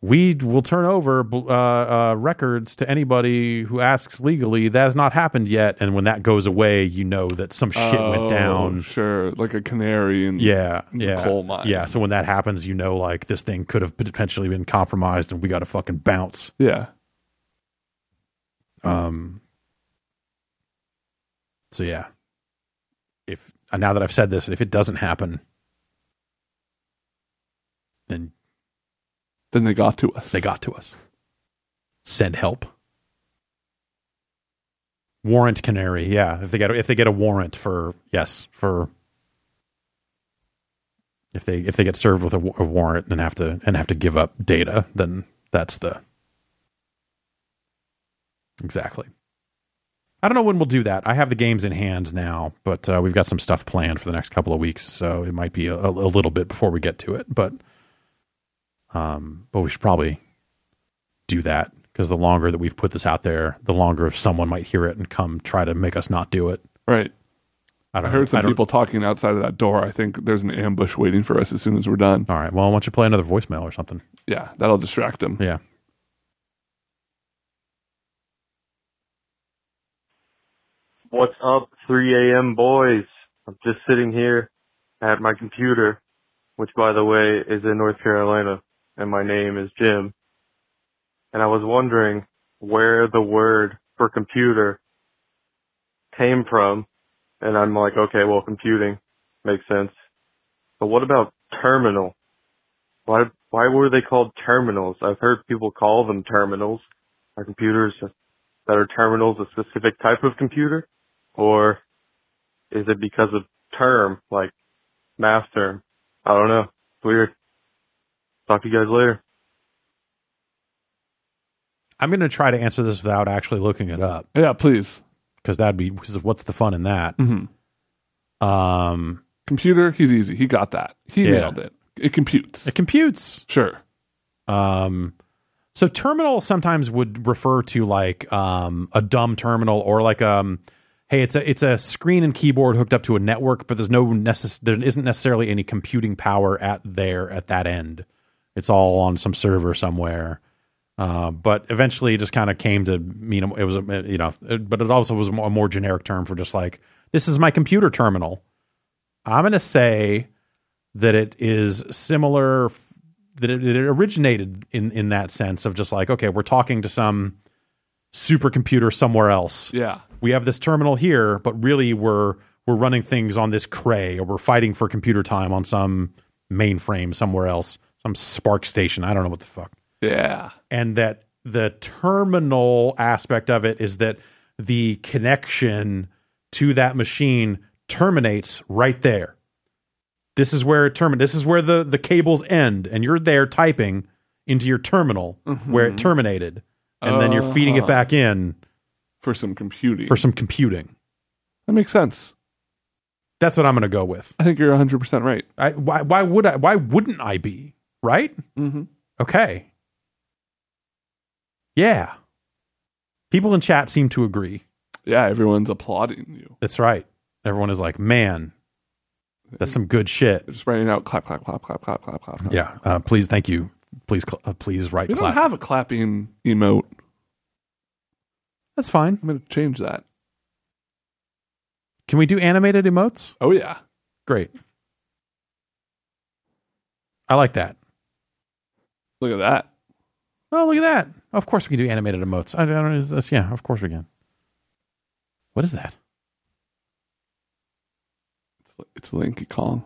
A: we will turn over bl- uh, uh, records to anybody who asks legally that has not happened yet and when that goes away you know that some shit
B: Oh,
A: went down
B: Sure, like a canary and
A: yeah,
B: in the
A: yeah,
B: coal mine.
A: Yeah, so when that happens, you know, like this thing could have potentially been compromised, and we got to fucking bounce.
B: yeah.
A: Um, so yeah, if uh, now that I've said this, if it doesn't happen, then
B: Then they got to us.
A: they got to us. Send help. Warrant canary, yeah. If they get if they get a warrant for yes for if they if they get served with a, wa- a warrant and have to and have to give up data, then that's the exactly. I don't know when we'll do that. I have the games in hand now, but uh, we've got some stuff planned for the next couple of weeks, so it might be a, a little bit before we get to it. But um, but we should probably do that because the longer that we've put this out there, the longer someone might hear it and come try to make us not do it.
B: right.
A: I don't
B: I
A: know.
B: heard some
A: I don't-
B: people talking outside of that door. I think there's an ambush waiting for us as soon as we're done.
A: All right. Well, why don't you play another voicemail or something?
B: Yeah, that'll distract them.
A: Yeah.
G: What's up, 3 a.m. boys? I'm just sitting here at my computer, which by the way is in North Carolina, and my name is Jim. And I was wondering where the word for computer came from, and I'm like, okay, well, computing makes sense. But what about terminal? Why, why were they called terminals? I've heard people call them terminals. Our computers that are terminals a specific type of computer? Or is it because of term, like math term? I don't know. It's weird. Talk to you guys later.
A: I'm going to try to answer this without actually looking it up
B: Yeah, please.
A: because that'd be because what's the fun in that?
B: Mhm.
A: Um,
B: Computer, he's easy. He got that. He
A: Yeah.
B: nailed it. It computes.
A: it computes.
B: sure.
A: Um, so terminal sometimes would refer to like um, a dumb terminal or like um, hey, it's a it's a screen and keyboard hooked up to a network, but there's no necess- there isn't necessarily any computing power at there at that end. It's all on some server somewhere. Uh, but eventually, it just kind of came to mean it was a- you know, it- but it also was a more, a more generic term for just like this is my computer terminal. I'm gonna say that it is similar f- that it, it originated in in that sense of just like okay we're talking to some supercomputer somewhere else
B: Yeah.
A: we have this terminal here but really we're we're running things on this cray or we're fighting for computer time on some mainframe somewhere else some spark station i don't know what the fuck
B: Yeah.
A: and that the terminal aspect of it is that the connection to that machine terminates right there. This is where it terminates. This is where the, the cables end, and you're there typing into your terminal where it terminated, and then you're feeding it
B: Uh-huh.
A: back in
B: For some computing.
A: for some computing.
B: that makes sense.
A: That's what I'm going to go with.
B: I think you're 100% right.
A: I, why, why would I? Why wouldn't I be right?
B: Mm-hmm.
A: Okay. Yeah. People in chat seem to agree.
B: Yeah, everyone's applauding you.
A: That's right. Everyone is like, man, that's some good shit.
B: They're just writing out clap, clap, clap, clap, clap, clap, clap. clap.
A: Yeah. Uh, please, thank you. Please, cl- uh, please write
B: We
A: clap.
B: don't have a clapping emote.
A: that's fine.
B: I'm going to change that.
A: Can we do animated emotes?
B: Oh, yeah.
A: Great. I like that.
B: Look at that.
A: Oh, look at that. Of course we can do animated emotes. I don't know. Is this, yeah, of course we can. What is that?
B: It's Linky Kong.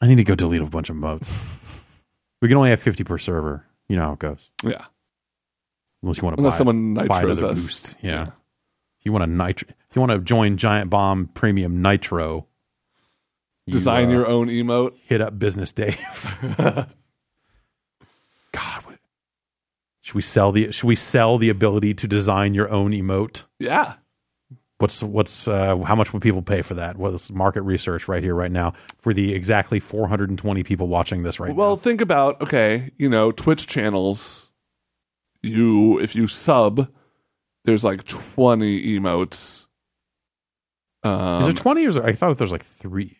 A: I need to go delete a bunch of emotes. we can only have 50 per server. You know how it goes.
B: Yeah.
A: Unless you want to
B: Unless
A: buy,
B: someone
A: buy
B: nitros
A: another
B: us.
A: boost. Yeah. If you want to nitro, if you want to join Giant Bomb Premium Nitro, you,
B: Design
A: uh,
B: your own emote.
A: hit up Business Dave. God, what, should we sell the should we sell the ability to design your own emote?
B: Yeah.
A: What's what's uh, how much would people pay for that? What's market research right here right now for the exactly 420 people watching this right
B: Well, think about okay, you know, Twitch channels. You if you sub, there's like twenty emotes.
A: now?
B: Um,
A: Is there 20 or is there, I thought there was like three.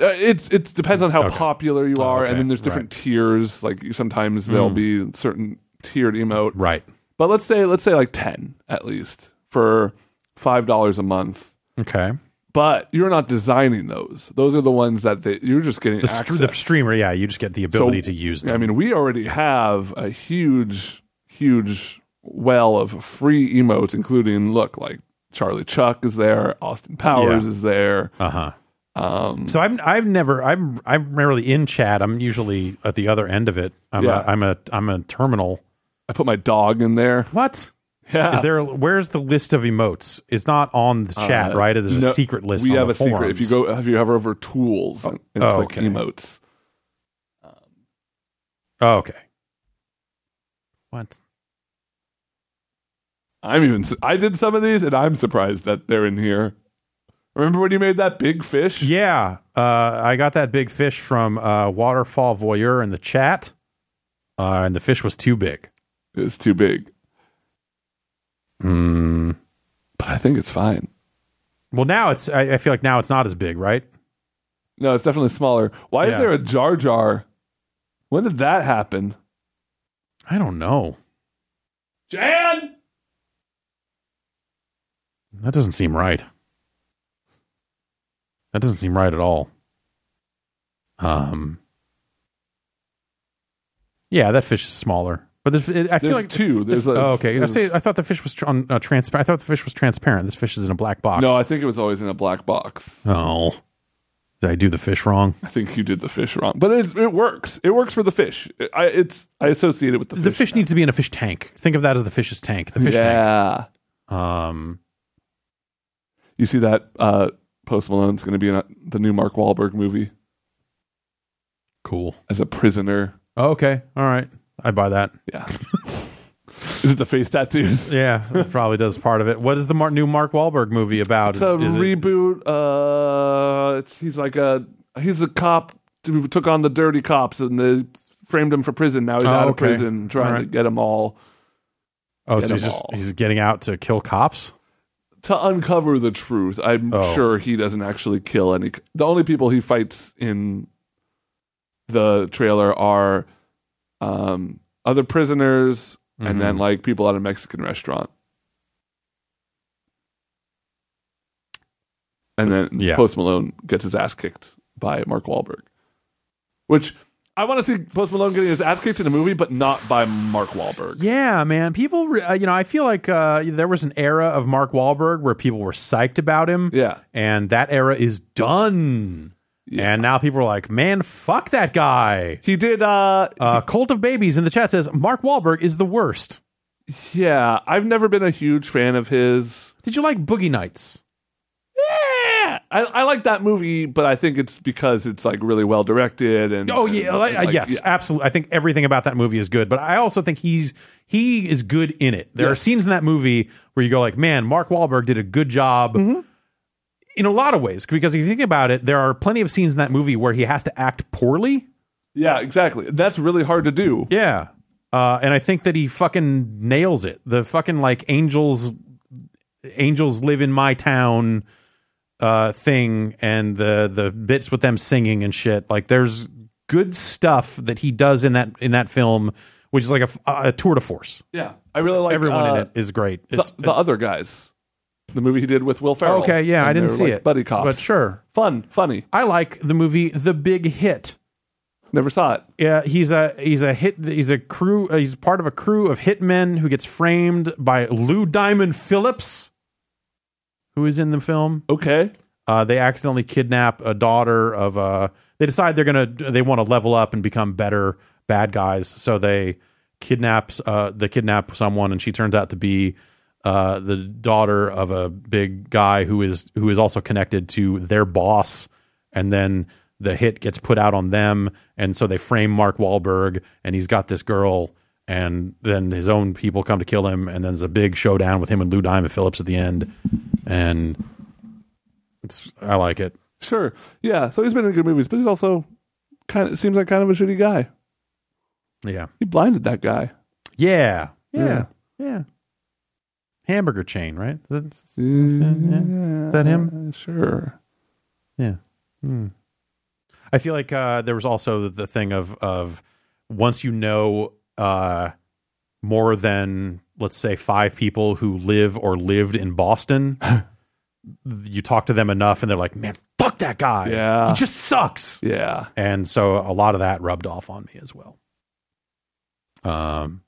B: uh, it's it depends on how
A: Okay.
B: popular you
A: Oh,
B: are,
A: okay. Hmm.
B: and then there's different tiers. Like you- sometimes there'll be certain tiered emote,
A: Right.
B: but let's say let's say like ten at least for five dollars a month.
A: Okay.
B: But you're not designing those; those are the ones that they, you're just getting
A: The,
B: access.
A: str- the streamer, yeah, you just get the ability to use them.
B: I mean, we already have a huge, huge well of free emotes, including look like Charlie Chuck is there, Austin Powers
A: Yeah.
B: is there.
A: Uh huh. Um, so I'm I've never I'm I'm rarely in chat. I'm usually at the other end of it. I'm
B: Yeah.
A: a I'm a I'm a terminal.
B: I put my dog in there.
A: What
B: Yeah,
A: is there? Where's the list of emotes? It's not on the chat, right? There's
B: Uh, No,
A: a secret list.
B: We
A: on
B: have
A: the
B: a secret.
A: forums.
B: If you go, if you hover over tools and and
A: oh,
B: click
A: okay.
B: emotes,
A: oh, okay. What?
B: I'm even. su- I did some of these, and I'm surprised that they're in here. Remember when you made that big fish?
A: Yeah, uh, I got that big fish from uh, Waterfall Voyeur in the chat, uh, and the fish was too big.
B: It's too big,
A: Hmm.
B: but I think it's fine.
A: Well, now it's. I, I feel like now it's not as big, right?
B: No, it's definitely smaller. Why
A: Yeah.
B: is there a Jar Jar? When did that happen?
A: I don't know.
B: Jan!
A: That doesn't seem right. That doesn't seem right at all. Um. Yeah, that fish is smaller, but this, it, I feel
B: There's
A: like
B: two. There's a,
A: oh, okay. I,
B: there's-
A: say, I thought the fish was tr- on, uh, transparent. I thought the fish was transparent. This fish is in a black box.
B: no, I think it was always in a black box.
A: oh, did I do the fish wrong?
B: I think you did the fish wrong, but it, it works. It works for the fish. I it's I associate it with the,
A: The
B: fish.
A: fish needs to be in a fish tank. Think of that as the fish's tank. The fish
B: yeah.
A: tank. Um.
B: You see that uh, Post Malone's going to be in a, the new Mark Wahlberg movie
A: Cool.
B: as a prisoner.
A: Oh, Okay. All right. I buy that.
B: Yeah. is it the face tattoos?
A: Yeah, that probably does part of it. What is the Mar- new Mark Wahlberg movie about?
B: It's
A: Is-
B: a
A: is it-
B: reboot. Uh, it's, he's like a he's a cop who took on the dirty cops and they framed him for prison. Now he's
A: Oh,
B: out of
A: okay.
B: prison, trying
A: All
B: to
A: right.
B: get them all
A: Oh,
B: Get
A: so he's
B: them
A: just
B: all.
A: he's getting out to kill cops.
B: to uncover the truth. I'm
A: Oh.
B: sure he doesn't actually kill any. The only people he fights in the trailer are um, other prisoners
A: Mhm.
B: and then like people at a Mexican restaurant. And then
A: Yeah.
B: Post Malone gets his ass kicked by Mark Wahlberg, which I want to see Post Malone getting his ass kicked in a movie, but not by Mark Wahlberg.
A: Yeah, man. People, re- uh, you know, I feel like uh, there was an era of Mark Wahlberg where people were psyched about him,
B: Yeah.
A: and that era is done. And now people are like, man, fuck that guy.
B: He did. Uh,
A: Uh, Cult of Babies in the chat says Mark Wahlberg is the worst.
B: yeah, I've never been a huge fan of his.
A: Did you like Boogie Nights?
B: Yeah, I, I like that movie, but I think it's because it's like really well directed and
A: Oh
B: and,
A: yeah, like, uh,
B: like,
A: yes,
B: yeah.
A: absolutely. I think everything about that movie is good, but I also think he's he is good in it. There are
B: Yes.
A: scenes in that movie where you go like, man, Mark Wahlberg did a good job.
B: Mm-hmm.
A: In a lot of ways, because if you think about it, there are plenty of scenes in that movie where he has to act poorly.
B: yeah, exactly. That's really hard to do.
A: Yeah, uh, and I think that he fucking nails it. The fucking like angels, angels live in my town uh, thing, and the the bits with them singing and shit. Like, there's good stuff that he does in that in that film, which is like a, f- a tour de force.
B: Yeah, I really like
A: Everyone in
B: uh,
A: it is great.
B: The,
A: It's,
B: the other guys, the movie he did with Will Ferrell.
A: okay, yeah,
B: And
A: I didn't
B: they're,
A: see
B: like,
A: it,
B: Buddy cops,
A: but sure,
B: fun, funny.
A: I like the movie The Big Hit.
B: Never saw it.
A: Yeah, he's a he's a hit. He's a crew. uh, He's part of a crew of hitmen who gets framed by Lou Diamond Phillips, who is in the film.
B: Okay,
A: Uh, they accidentally kidnap a daughter of a. They decide they're gonna. They want to level up and become better bad guys. So they kidnaps. Uh, they kidnap someone, and she turns out to be uh, the daughter of a big guy who is who is also connected to their boss, and then the hit gets put out on them, and so they frame Mark Wahlberg, and he's got this girl, and then his own people come to kill him, and then there's a big showdown with him and Lou Diamond Phillips at the end, and it's I like it.
B: Sure. Yeah. So he's been in good movies, but he's also kind of seems like kind of a shitty guy.
A: Yeah,
B: He blinded that guy.
A: yeah,
B: Yeah.
A: yeah, yeah. Hamburger chain, right? That's-
B: Is
A: that him?
B: Sure.
A: Yeah. Hmm. I feel like uh, there was also the, the thing of of once you know uh, more than let's say five people who live or lived in Boston, you talk to them enough, and they're like, "Man, fuck that guy.
B: Yeah.
A: he just sucks."
B: Yeah.
A: And so a lot of that rubbed off on me as well. Um,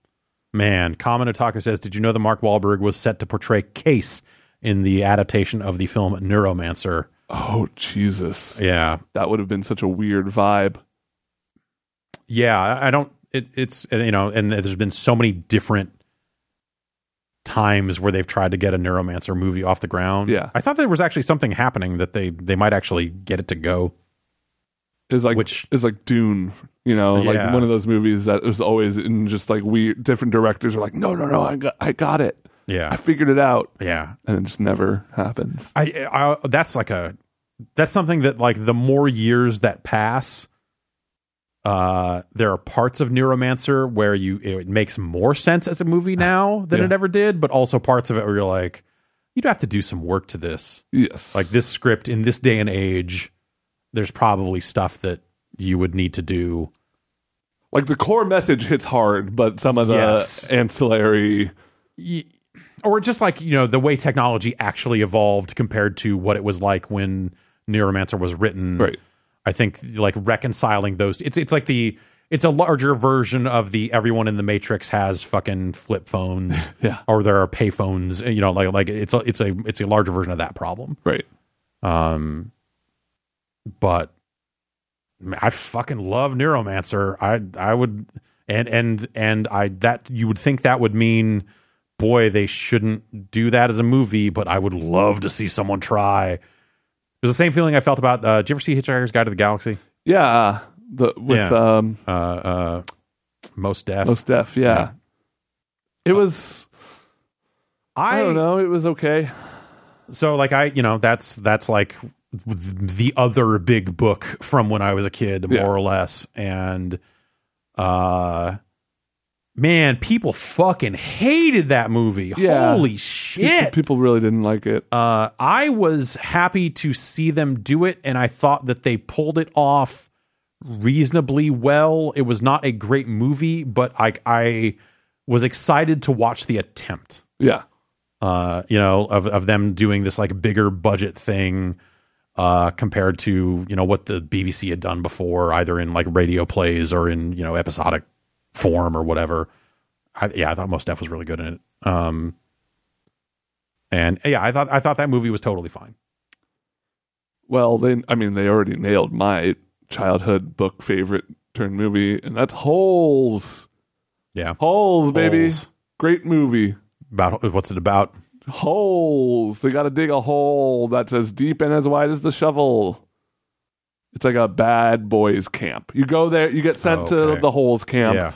A: man, Common Otaku says, did you know that Mark Wahlberg was set to portray Case in the adaptation of the film Neuromancer?
B: Oh Jesus.
A: Yeah,
B: That would have been such a weird vibe.
A: yeah i I don't it, it's uh, you know and there's been so many different times where they've tried to get a neuromancer movie off the ground
B: Yeah.
A: i thought there was actually something happening that they they might actually get it to go
B: Is like
A: Which-
B: is like Dune, you know, like
A: Yeah.
B: one of those movies that is always in just like we different directors are like, no, no, no, I got, I got it, I
A: yeah
B: figured it out,
A: yeah
B: and it just never happens.
A: I, I that's like a that's something that like the more years that pass uh there are parts of neuromancer where you it makes more sense as a movie now than
B: Yeah.
A: it ever did but also parts of it where you're like you'd have to do some work to this
B: Yes,
A: like this script in this day and age there's probably stuff that you would need to do
B: like the core message hits hard, but some of the
A: Yes.
B: ancillary,
A: or just like you know the way technology actually evolved compared to what it was like when neuromancer was written
B: right?
A: i think like reconciling those it's it's like the it's a larger version of the everyone in the matrix has fucking flip phones
B: Yeah.
A: or there are pay phones you know like like it's a it's a it's a larger version of that problem
B: Right.
A: Um, but man, I fucking love Neuromancer. I I would and and and I that you would think that would mean boy they shouldn't do that as a movie, but I would love to see someone try. It was the same feeling I felt about. Uh, did you ever see Hitchhiker's Guide to the Galaxy?
B: Yeah. The with
A: Yeah.
B: um
A: Uh, uh, most deaf.
B: most deaf, yeah.
A: Yeah.
B: It was I, don't know, it was okay.
A: so like i you know that's that's like the other big book from when i was a kid more
B: Yeah.
A: or less and uh man people fucking hated that movie
B: Yeah.
A: holy
B: People-
A: shit
B: People really didn't like it.
A: uh, I was happy to see them do it, and I thought that they pulled it off reasonably well. It was not a great movie, but I I was excited to watch the attempt
B: Yeah.
A: uh, you know, of of them doing this like bigger budget thing uh, compared to you know what the BBC had done before, either in like radio plays or in you know episodic form or whatever. I, yeah, I thought most Def was really good in it. Um, and yeah, I thought I thought that movie was totally fine.
B: Well, they I mean they already nailed my childhood book favorite turned movie, and that's Holes.
A: Yeah,
B: Holes, baby.
A: Holes.
B: Great movie.
A: about what's it about?
B: Holes. They gotta dig a hole that's as deep and as wide as the shovel. It's like a bad boys camp. You go there, you get sent to
A: Okay.
B: the holes camp.
A: yeah,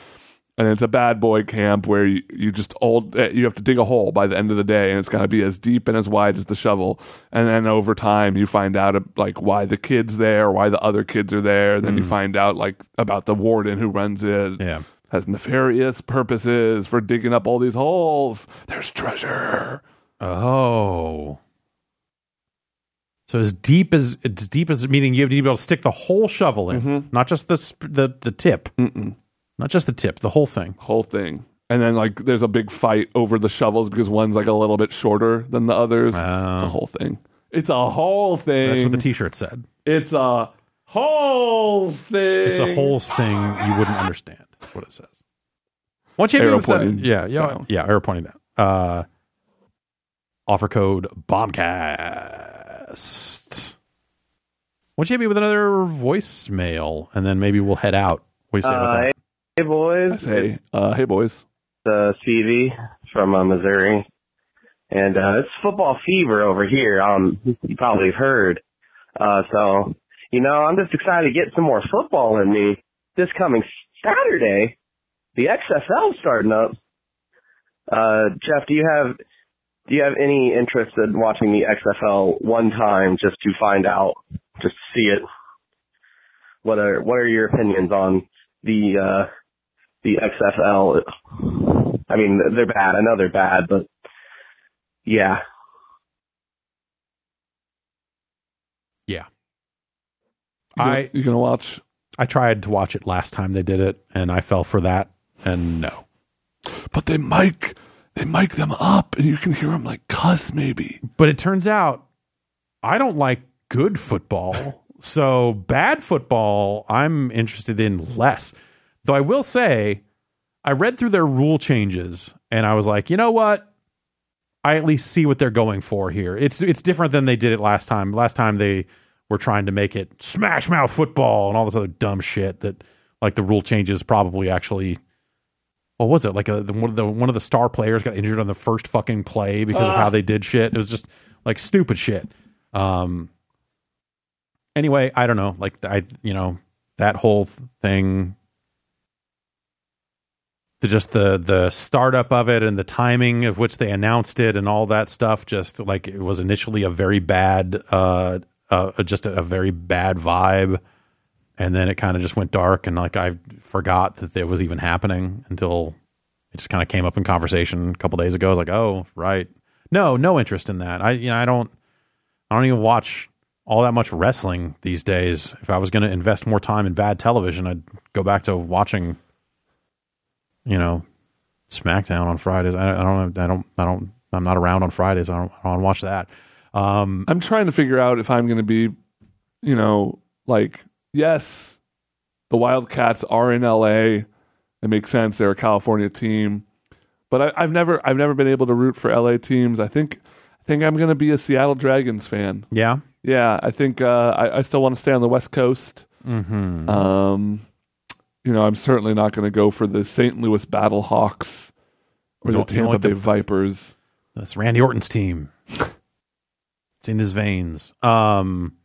B: and it's a bad boy camp where you, you just old eh, you have to dig a hole by the end of the day and it's got to be as deep and as wide as the shovel and then over time you find out uh, like why the kids there why the other kids are there and then you find out like about the warden who runs it
A: Mm. yeah.
B: has nefarious purposes for digging up all these holes there's treasure
A: Oh. So as deep as as deep as meaning you have to be able to stick the whole shovel in, not just the sp- the the tip, not just the tip, the whole thing.
B: whole thing and then like there's a big fight over the shovels because one's like a little bit shorter than the others it's a whole thing it's a whole thing
A: Oh. That's what the T-shirt said.
B: It's a whole thing.
A: It's a whole thing you wouldn't understand. That's what it says. Once you have
B: Arrow
A: it with that-
B: pointing
A: yeah, yeah,
B: down.
A: yeah, arrow pointing down. Uh, offer code bombcast. Once you hit me with another voicemail, and then maybe we'll head out. What do you say about
G: Uh,
A: that?
G: Hey boys,
B: I say, uh, hey boys.
G: uh, Stevie from uh, Missouri.
H: and uh, it's football fever over here. Um, you probably have heard. Uh, so you know, I'm just excited to get some more football in me this coming Saturday. The XFL starting up. Uh, Jeff, do you have do you have any interest in watching the XFL one time just to find out, just to see it? What are what are your opinions on the uh, the XFL? I mean, they're bad. I know they're bad, but yeah,
A: Yeah.
B: You gonna-
A: I
B: you gonna watch?
A: I tried to watch it last time they did it and I fell for that and no.
B: But they mic they mic them up, and you can hear them like cuss maybe.
A: But it turns out I don't like good football. so bad football, I'm interested in less. Though I will say, I read through their rule changes and I was like, you know what? I at least see what they're going for here. It's it's different than they did it last time. Last time they were trying to make it smash mouth football and all this other dumb shit that like the rule changes probably actually what was it like a, the, one of the one of the star players got injured on the first fucking play because of how they did shit. It was just like stupid shit. Um. Anyway, I don't know. Like I, you know, that whole thing, the just the the startup of it and the timing of which they announced it and all that stuff. Just like it was initially a very bad, uh, uh just a, a very bad vibe, and then it kind of just went dark. And like I forgot that it was even happening until it just kind of came up in conversation a couple days ago. I was like, oh, right. No, no interest in that. I you know, I don't I don't even watch all that much wrestling these days. If I was going to invest more time in bad television, I'd go back to watching you know SmackDown on Fridays. I, I don't I don't I don't I'm not around on Fridays. I don't, I don't watch that. Um
B: I'm trying to figure out if I'm going to be, you know, like, yes, the Wildcats are in LA. It makes sense. They're a California team. But I, I've never I've never been able to root for LA teams. I think I think I'm gonna be a Seattle Dragons fan.
A: yeah.
B: Yeah, I think uh, I, I still want to stay on the West Coast.
A: Mhm.
B: Um, you know, I'm certainly not going to go for the St. Louis Battle Hawks or the
A: Don't- you don't
B: Tampa
A: like the-
B: Bay Vipers.
A: That's Randy Orton's team. it's in his veins. Um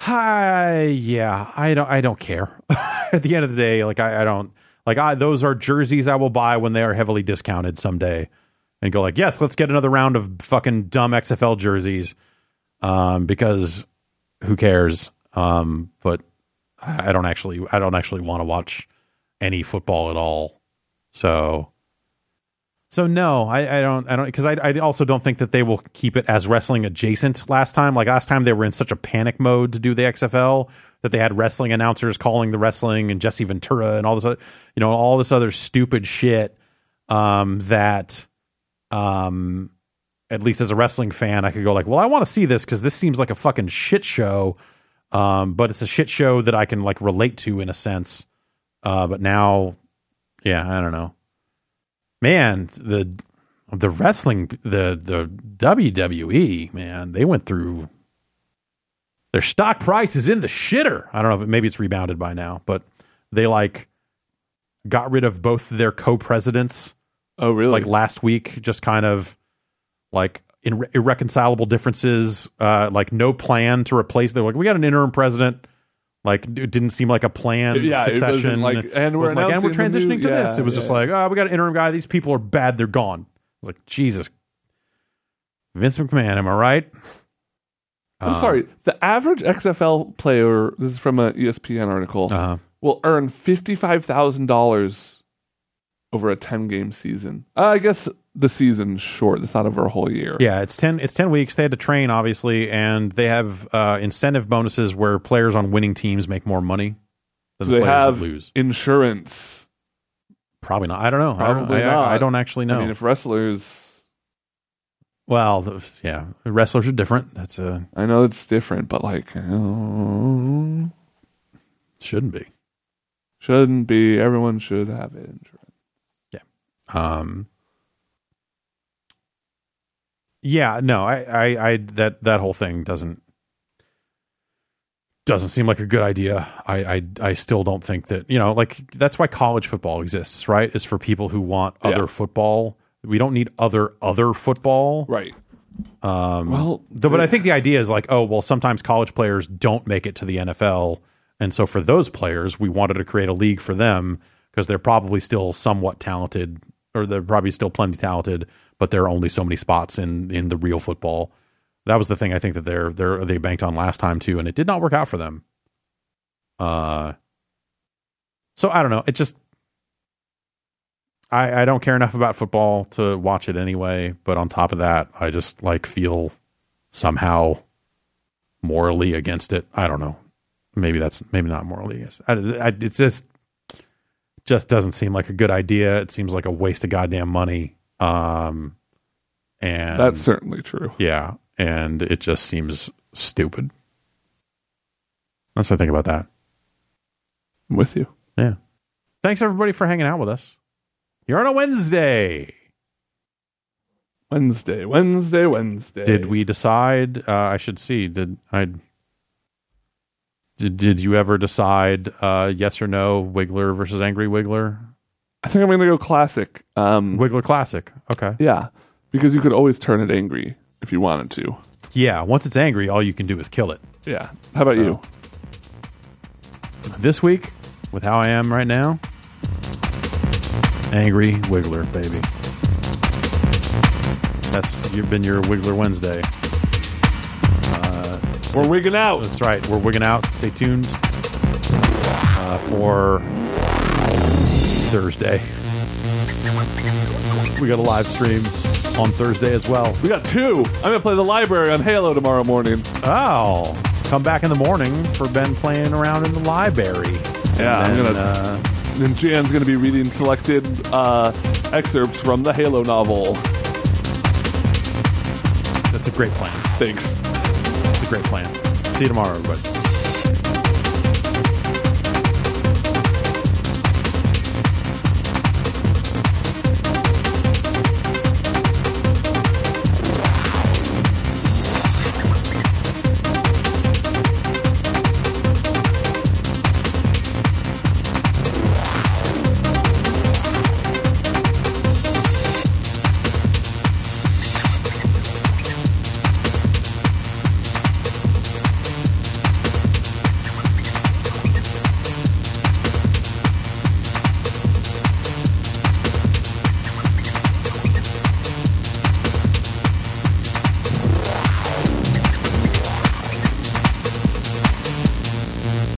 A: Hi, yeah, I don't I don't care. At the end of the day, like I, I don't like I those are jerseys I will buy when they are heavily discounted someday and go like, "Yes, let's get another round of fucking dumb XFL jerseys." Um because who cares? Um but I, I don't actually I don't actually want to watch any football at all. So, so no, I, I don't, I don't, because I, I also don't think that they will keep it as wrestling adjacent. Last time, like last time, they were in such a panic mode to do the XFL that they had wrestling announcers calling the wrestling and Jesse Ventura and all this, other, you know, all this other stupid shit. Um, that, um, at least as a wrestling fan, I could go like, well, I want to see this because this seems like a fucking shit show. Um, but it's a shit show that I can like relate to in a sense. Uh, but now, yeah, I don't know man the the wrestling the the WWE man they went through their stock price is in the shitter I don't know if it, maybe it's rebounded by now but they like got rid of both their co-presidents
B: Oh, really?
A: like last week just kind of like in irreconcilable differences uh like no plan to replace they're like we got an interim president like it didn't seem like a plan
B: Yeah, it wasn't
A: succession
B: like, and
A: It
B: we're
A: wasn't like, and
B: announcing
A: we're
B: the new-
A: transitioning to
B: yeah,
A: this it was just
B: yeah.
A: like oh we got an interim guy these people are bad they're gone I was like jesus vince mcmahon am i right Um,
B: I'm sorry. The average XFL player, this is from E an ESPN article,
A: uh
B: will earn fifty-five thousand dollars over a ten-game season. Uh, I guess the season's short. That's not over a whole year.
A: Yeah, it's ten. It's ten weeks. They had to train, obviously, and they have uh, incentive bonuses where players on winning teams make more money than
B: Do
A: the
B: they
A: players that
B: have
A: lose.
B: insurance?
A: Probably not. I don't know. I don't,
B: Probably
A: I- I-
B: not.
A: I don't actually know.
B: I mean, if wrestlers,
A: well, th- yeah, wrestlers are different. That's uh,
B: I know it's different, but like, oh,
A: shouldn't be.
B: shouldn't be. Everyone should have insurance.
A: Um, yeah, no, I, I, I, that that whole thing doesn't doesn't seem like a good idea. I, I, I still don't think that you know, like that's why college football exists, right? Is for people who want
B: Yeah.
A: other football. we don't need other other football.
B: Right. Um, well,
A: Though, but I think the idea is like, oh, well, sometimes college players don't make it to the NFL, and so for those players, we wanted to create a league for them because they're probably still somewhat talented, or they're probably still plenty talented, but there are only so many spots in in the real football. That was the thing I think that they're they're they banked on last time too, and it did not work out for them. Uh, so I don't know. It just I, I don't care enough about football to watch it anyway. But on top of that, I just like feel somehow morally against it. I don't know. Maybe that's maybe not morally. Against it. I, I, it's just just doesn't seem like a good idea. It seems like a waste of goddamn money. Um, and
B: that's certainly true.
A: yeah, and it just seems stupid. That's what I think about that.
B: I'm with you.
A: Yeah. Thanks everybody for hanging out with us. You're on a Wednesday.
B: Wednesday, Wednesday, Wednesday.
A: Did we decide? Uh, I should see. Did I? Did Did you ever decide? Uh, yes or no? Wiggler versus Angry Wiggler.
B: I think I'm going to go classic. Um,
A: Wiggler Classic. Okay.
B: yeah, because you could always turn it angry if you wanted to.
A: Yeah. Once it's angry, all you can do is kill it.
B: Yeah. How about you?
A: This week, with how I am right now, Angry Wiggler, baby. That's you've been your Wiggler Wednesday. Uh,
B: We're wigging out.
A: That's right. We're wigging out. Stay tuned uh, for Thursday. We got a live stream on Thursday as well.
B: We got two. I'm going to play the library on Halo tomorrow morning.
A: Oh, come back in the morning for Ben playing around in the library.
B: Yeah, I'm
A: And,
B: gonna-
A: uh,
B: And Jan's going to be reading selected uh, excerpts from the Halo novel.
A: that's a great plan.
B: Thanks.
A: It's a great plan. See you tomorrow, everybody.